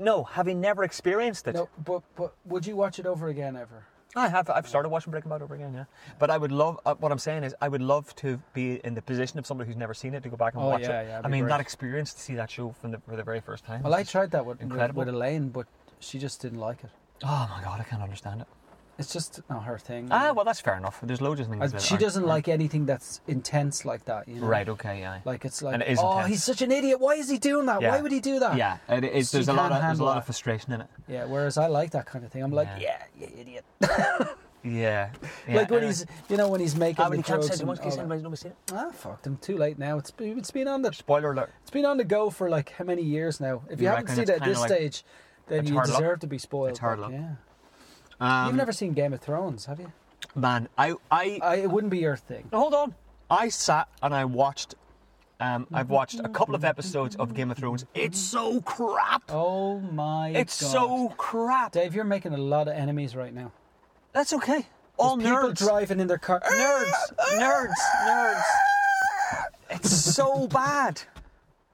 S2: No, having never experienced it.
S1: No, but but would you watch it over again ever?
S2: I have. I've started watching Breaking Bad over again, yeah. But I would love. Uh, what I'm saying is, I would love to be in the position of somebody who's never seen it to go back and
S1: Oh,
S2: watch
S1: yeah,
S2: it.
S1: yeah, it'd
S2: I
S1: be
S2: mean,
S1: great.
S2: that experience to see that show from the, for the very first time.
S1: Well, I
S2: is-
S1: tried that with, with,
S2: incredible.
S1: with Elaine, but she just didn't like it.
S2: Oh my god, I can't understand it.
S1: It's just not her thing.
S2: Ah, well, that's fair enough. There's loads of things.
S1: And
S2: that
S1: Uh, she
S2: aren't-
S1: doesn't
S2: aren't-
S1: like anything that's intense like that. You know?
S2: Right. Okay. Yeah.
S1: Like it's like,
S2: And it is
S1: oh,
S2: intense."
S1: he's such an idiot. Why is he doing that?
S2: Yeah.
S1: Why would he do that?
S2: yeah. It is,
S1: She
S2: there's a
S1: can't
S2: lot. Of, there's a
S1: handle
S2: lot of
S1: that.
S2: frustration in it.
S1: Yeah. Whereas I like that kind of thing. I'm like,
S2: Yeah.
S1: yeah, you idiot.
S2: Yeah.
S1: like when he's, you know, when he's making
S2: Ah, but
S1: the
S2: you can't say
S1: jokes.
S2: too
S1: and
S2: much.
S1: all
S2: Case
S1: that.
S2: anybody's not seen it.
S1: Ah, fuck them. Too late now. It's been, it's been on the
S2: Spoiler alert.
S1: it's been on the go for like how many years now? If you,
S2: You
S1: haven't
S2: reckon
S1: seen
S2: it's
S1: it at
S2: kinda
S1: this
S2: like-
S1: stage, then
S2: it's
S1: you
S2: hard luck?
S1: deserve to be spoiled.
S2: It's hard
S1: like,
S2: luck.
S1: Yeah.
S2: Um,
S1: You've never seen Game of Thrones, have you?
S2: Man, I, I,
S1: I, it wouldn't be your thing.
S2: No, hold on. I sat and I watched. Um,
S1: Mm-hmm.
S2: I've watched a couple of episodes of Game of Thrones. It's so crap.
S1: Oh my!
S2: It's
S1: God.
S2: so crap.
S1: Dave, you're making a lot of enemies right now.
S2: That's okay. All
S1: There's people
S2: nerds.
S1: driving in their car.
S2: nerds. Nerds. Nerds. It's so bad.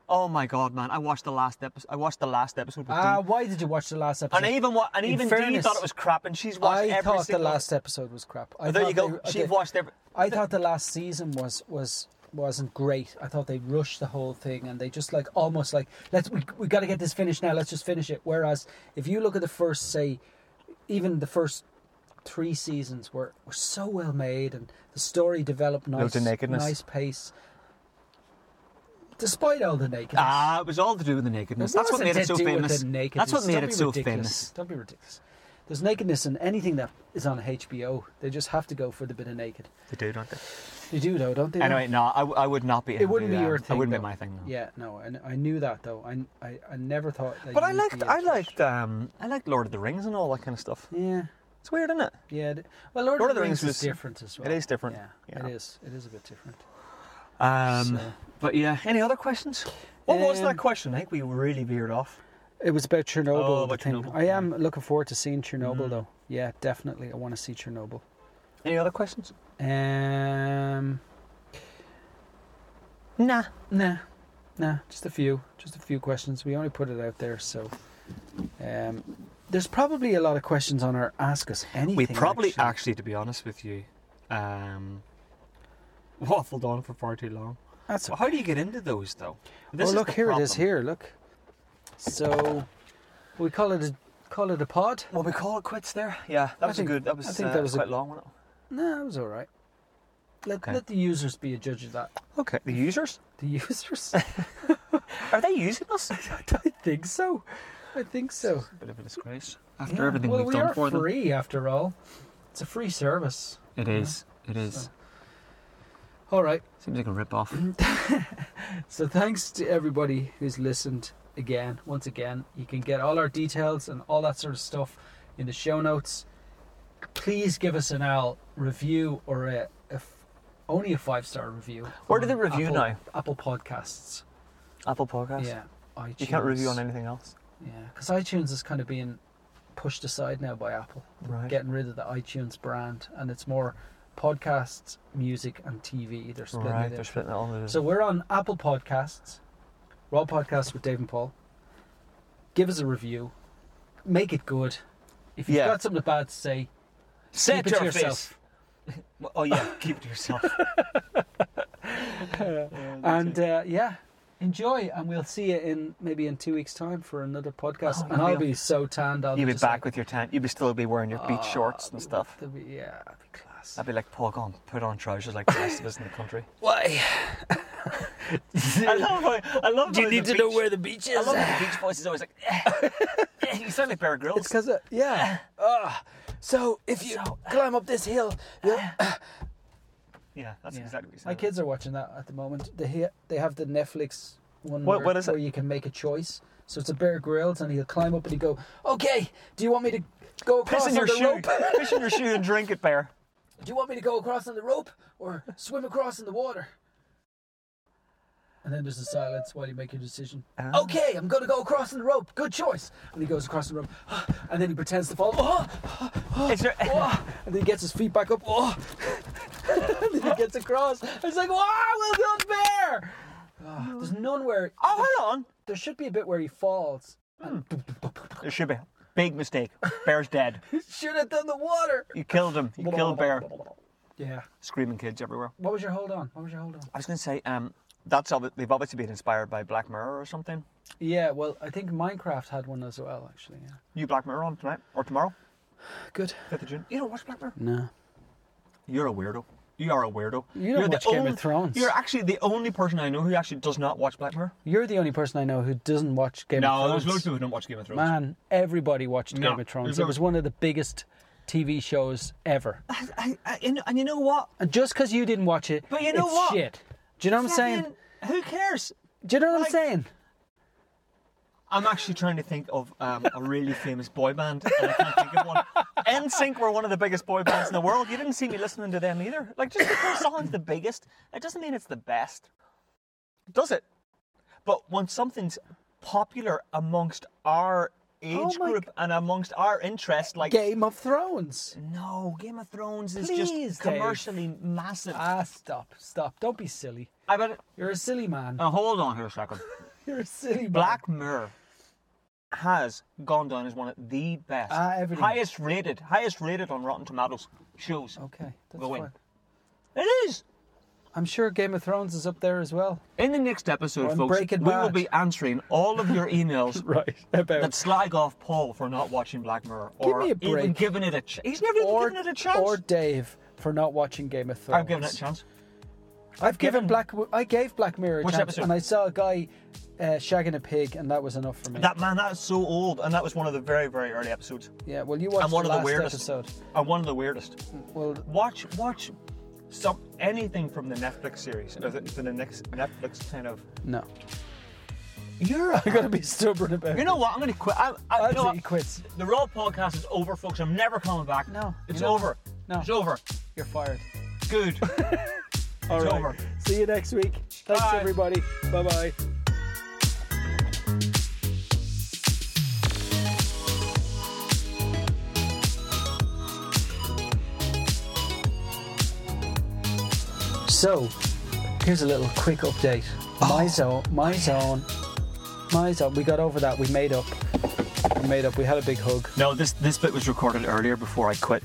S2: Oh my god, man! I watched the last episode. I watched the last episode with
S1: Ah,
S2: Dee.
S1: why did you watch the last episode?
S2: and I even wa- and
S1: in
S2: even Dee
S1: fairness,
S2: thought it was crap, and she's watched
S1: I
S2: every
S1: thought the
S2: single.
S1: last episode was crap. I
S2: there
S1: thought
S2: you go.
S1: they-
S2: She
S1: they-
S2: watched every.
S1: I thought the last season was was wasn't great. I thought they rushed the whole thing and they just like almost like let's we we got to get this finished now. Let's just finish it. Whereas if you look at the first say, even the first three seasons were were so well made and the story developed nice,
S2: Loads of nakedness.
S1: nice pace. Despite all the nakedness,
S2: Ah, it was all to do with the nakedness. That's what
S1: wasn't to
S2: made it so
S1: do with
S2: famous.
S1: the nakedness.
S2: That's what made
S1: Don't
S2: it
S1: be
S2: so
S1: ridiculous.
S2: famous.
S1: Don't be ridiculous. There's nakedness in anything that is on HBO. They just have to go for the bit of naked.
S2: They do, don't they?
S1: They do though, don't they?
S2: Anyway, no, I, w- I would not be. able
S1: it
S2: to
S1: wouldn't
S2: do
S1: be
S2: that.
S1: your thing.
S2: It wouldn't be
S1: though.
S2: my thing. No.
S1: Yeah, no, and I knew that though. I, I, I never thought. That
S2: But I
S1: you'd
S2: liked,
S1: be
S2: I
S1: into it.
S2: liked, um, I liked Lord of the Rings and all that kind of stuff.
S1: Yeah,
S2: It's weird, isn't it?
S1: Yeah. th- Well, Lord, of the Rings,
S2: was-
S1: is different as well.
S2: It is different.
S1: Yeah,
S2: Yeah.
S1: It is. It is a bit different.
S3: Um,
S1: So-
S3: But yeah, any other questions?
S2: What was
S1: Um,
S2: that question? I think we really veered off.
S1: It was about Chernobyl.
S2: Oh,
S1: the
S2: about
S1: thing.
S2: Chernobyl,
S1: I
S2: yeah.
S1: am looking forward to seeing Chernobyl,
S2: Mm.
S1: though. Yeah, definitely. I want to see Chernobyl.
S2: Any other questions?
S1: Um,
S3: Nah.
S1: nah, nah. Just a few. Just a few questions. We only put it out there, so um, there's probably a lot of questions on our Ask Us Anything.
S3: We probably
S1: actually.
S3: actually. to be honest with you, um, waffled on for far too long.
S1: That's
S3: Well, how do you get into those though? This
S1: oh,
S3: is
S1: look
S3: the
S1: here it is.
S3: problem.
S1: Here, look. So we call it a call it a pod.
S2: Well, we call it quits there. Yeah, that
S1: I
S2: was
S1: think-
S2: a good. That was,
S1: I think
S2: uh,
S1: that was a-
S2: quite long, wasn't
S1: No, it was all right. Let
S3: Okay.
S1: let the users be a judge of that.
S2: it? Okay. The users
S1: The users.
S2: are they using us?
S1: I think so. I think so.
S3: Bit of a disgrace
S1: Yeah. well, we are free after all. It's a free service.
S3: It is. It is.
S1: So- All right.
S3: Seems like a rip off.
S1: So thanks to everybody who's listened again, once again. You can get all our details and all that sort of stuff in the show notes. Please give us an Al review or a, a f- only a five star review.
S2: Where do
S1: on
S2: they review
S1: Apple,
S2: now?
S1: Apple Podcasts.
S2: Apple Podcasts.
S1: Yeah, iTunes.
S2: You can't review on anything else.
S1: Yeah, because iTunes is kind of being pushed aside now by Apple.
S2: Right.
S1: getting rid of the iTunes brand, and it's more podcasts, music, and TV. They're splitting
S2: right.
S1: it.
S2: They're
S1: in.
S2: splitting it all into.
S1: So we're on Apple Podcasts, Raw Podcasts with Dave and Paul. Give us a review, make it good. If you've
S2: Yeah.
S1: got something bad to say,
S2: Say
S1: keep
S2: it
S1: it to
S2: your
S1: yourself.
S2: Well, Oh yeah, keep it to yourself.
S1: And uh, yeah, enjoy, and we'll see you in maybe in two weeks' time for another podcast.
S2: Oh,
S1: and
S2: you'll
S1: I'll
S2: be-
S1: be so tanned. I'll
S2: You'll be
S1: just
S2: back
S1: like,
S2: with your tan. You'll be still be wearing your beach
S1: "Oh,
S2: shorts and stuff.
S1: that'd be- yeah, that'd be class.
S2: I'd be like, Paul, go on, put on trousers like the rest of us in the country.
S1: Why?
S2: I love. How, I love.
S1: Do you
S2: how
S1: need
S2: the
S1: to know
S2: beach-
S1: where the beach
S2: I
S1: is?
S2: love how the beach voice is always like. you sound like Bear Grylls.
S1: It's because of yeah. Ah, so uh, if you climb up this hill, you'll-
S2: Yeah, that's
S1: Yeah.
S2: exactly what you said.
S1: my kids are watching that at the moment. They hear, they have the Netflix one
S2: What-
S1: where,
S2: what is it?
S1: where you can make a choice. So it's a Bear Grylls, and he'll climb up and he go, "Okay, do you want me to go across
S2: Piss in
S1: on
S2: your
S1: the
S2: shoe.
S1: rope?
S2: Piss in your shoe and drink it, Bear.
S1: do you want me to go across on the rope or swim across in the water?" And then there's a silence while you make your decision.
S2: Ah.
S1: Okay, I'm going to go across on the rope. Good choice. And he goes across on the rope, and then he pretends to fall.
S2: Is there,
S1: oh, and then he gets his feet back up. Oh, and then he gets across. It's like, wow, well done, bear. Ah, there's none where
S2: oh, hold on.
S1: there should be a bit where he falls. Hmm.
S2: There should be. Big mistake. Bear's dead.
S1: Should have done the water.
S2: You killed him. You killed Bear.
S1: Yeah.
S2: Screaming kids everywhere.
S1: What was your hold on? What was your hold on?
S2: I was going to say, um, that's obvi- they've obviously been inspired by Black Mirror or something.
S1: Yeah. Well, I think Minecraft had one as well, actually. Yeah.
S2: You Black Mirror on tonight or tomorrow,
S1: Good.
S2: 5th of June. You don't watch Black Mirror?
S1: No.
S2: You're a weirdo. You are a weirdo.
S1: You don't
S2: are
S1: watch Game of Thrones.
S2: You're actually the only person I know who actually does not watch Black Mirror.
S1: You're the only person I know who doesn't watch Game of
S2: No,
S1: Thrones.
S2: there's loads of people who don't watch Game of Thrones.
S1: Man, everybody watched
S2: No,
S1: Game of Thrones.
S2: there's
S1: It
S2: no-
S1: was one of the biggest TV shows ever.
S2: I, I, I, and- and you know what?
S1: And just because you didn't watch it,
S2: But you know
S1: it's
S2: what?
S1: shit. Do you know what I'm saying?
S2: Fucking- Who cares?
S1: Do you know what I'm
S2: Like-
S1: saying?
S2: I'm actually trying to think of um, a really famous boy band, and I can't think of one. NSYNC were one of the biggest boy bands in the world. You didn't see me listening to them either. Like, just because something's the biggest, it doesn't mean it's the best, does it? But when something's popular amongst our age
S1: my
S2: group and amongst our interest, like
S1: Game of Thrones.
S2: no, Game of Thrones is
S1: Please,
S2: just
S1: Dave.
S2: commercially massive.
S1: Ah, stop, stop. Don't be silly.
S2: I bet.
S1: You're a silly man.
S2: Now hold on here a second.
S1: You're a silly man.
S2: Oh. Black Mirror has gone down as one of the best,
S1: Ah, everything.
S2: highest rated, highest rated on Rotten Tomatoes shows.
S1: Okay, that's
S2: Go in.
S1: fine.
S2: It is.
S1: I'm sure Game of Thrones is up there as well.
S2: In the next episode,
S1: On
S2: folks,
S1: Breaking
S2: we will
S1: Bad.
S2: be answering all of your emails
S1: Right. About
S2: that slag off Paul for not watching Black Mirror or
S1: me a
S2: even
S1: break.
S2: giving it a chance. He's never even
S1: or,
S2: given it a chance.
S1: or Dave for not watching Game of Thrones.
S2: I've given it a chance.
S1: I've given Black. I gave Black Mirror a
S2: Which
S1: chance,
S2: episode?
S1: and I saw a guy uh, shagging a pig, and that was enough for me.
S2: That man, that is so old, and that was one of the very, very early episodes,
S1: yeah. Well, you watched
S2: and one
S1: the
S2: of
S1: last
S2: the weirdest,
S1: episode.
S2: and one of the weirdest.
S1: Well,
S2: watch watch some anything from the Netflix series or the, the next Netflix kind of
S1: no.
S2: You're.
S1: I'm gonna be stubborn about.
S2: You know what? I'm gonna quit. I, I, you know
S1: Actually,
S2: what?
S1: quits.
S2: The Raw podcast is over, folks. I'm never coming back.
S1: No,
S2: It's
S1: you're not.
S2: over.
S1: No.
S2: It's over.
S1: You're fired.
S2: Good.
S1: All
S2: It's
S1: right.
S2: over.
S1: See you next week. Thanks,
S2: Bye.
S1: everybody. Bye bye. So, here's a little quick update. My zone, my zone, my zone. We got over that. We made up. We made up. We had a big hug.
S2: no, this this bit was recorded earlier before I quit.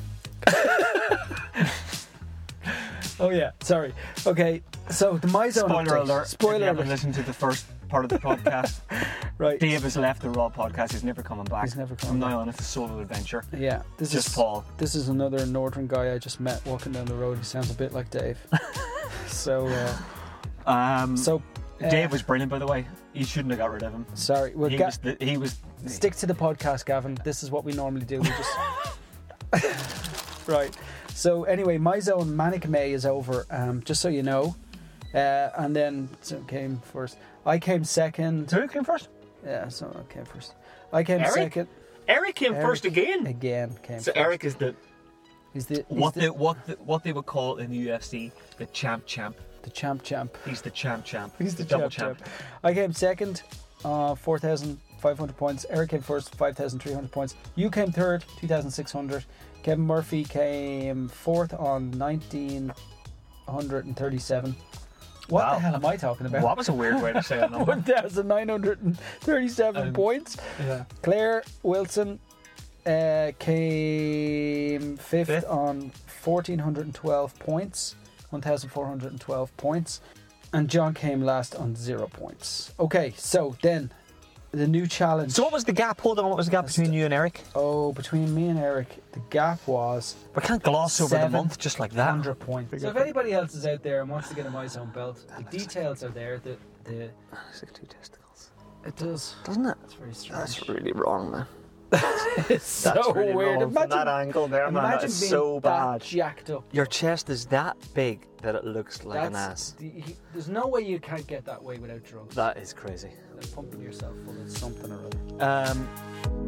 S1: Oh yeah. Sorry. Okay. So the my zone.
S2: Oh, Spoiler
S1: update.
S2: alert. if you
S1: Spoiler
S2: haven't
S1: alert.
S2: listened to the first part of the podcast.
S1: Right.
S2: Dave has left the Raw podcast. He's never coming back.
S1: He's never coming
S2: I'm
S1: back.
S2: now on a solo adventure.
S1: Yeah, this
S2: Just
S1: is
S2: Paul.
S1: This is another northern guy I just met walking down the road. He sounds a bit like Dave. so, uh,
S2: Um,
S1: so uh,
S2: Dave was brilliant, by the way. You shouldn't have got rid of him.
S1: Sorry, we'll
S2: He
S1: ga-
S2: was. The, he was.
S1: stick to the podcast, Gavin. This is what we normally do. We just right. So anyway, my zone manic May is over. Um, just so you know, uh, and then so came first. I came second.
S2: Who came first?
S1: Yeah, so I came first. I came
S2: Eric?
S1: second
S2: Eric came
S1: Eric.
S2: first again.
S1: again. Came
S2: So
S1: first.
S2: Eric is the
S1: He's the he's
S2: what
S1: the,
S2: the, what the, what they would call in the UFC the champ champ.
S1: the champ champ.
S2: He's the champ champ.
S1: He's the,
S2: double
S1: champ, champ. I came second, uh, 4,500 points. Eric came first, 5,300 points. You came third, 2,600. Kevin Murphy came fourth on 1,937. What
S2: Wow.
S1: the hell am I talking about?
S2: Well, that was a weird way to say that number.
S1: 1,937
S2: Um,
S1: points.
S2: yeah.
S1: Claire Wilson uh, came fifth,
S2: Fifth.
S1: on 1,412 points, 1,412 points, and John came last on zero points. Okay, so then the new challenge.
S2: So what was the gap? Hold on, what was the gap
S1: That's
S2: between
S1: the-
S2: you and Eric?
S1: oh, between me and Eric, the gap was
S2: We can't gloss over the
S1: Seven
S2: month just like that.
S1: 100 points. So if anybody else is out there and wants to get a my zone belt, the details are there. The the
S2: It's like two testicles.
S1: it does.
S2: Doesn't it?
S1: That's very strange.
S2: That's really wrong, man.
S1: it's so
S2: That's really
S1: weird.
S2: wrong from
S1: Imagine,
S2: that angle there, man. That
S1: imagine
S2: is
S1: being
S2: so
S1: that
S2: bad.
S1: jacked up.
S2: Your chest is that big that it looks like an
S1: That's-
S2: ass.
S1: the- he- there's no way you can't get that way without drugs.
S2: That is crazy.
S1: They're pumping yourself full of something or other.
S2: Um,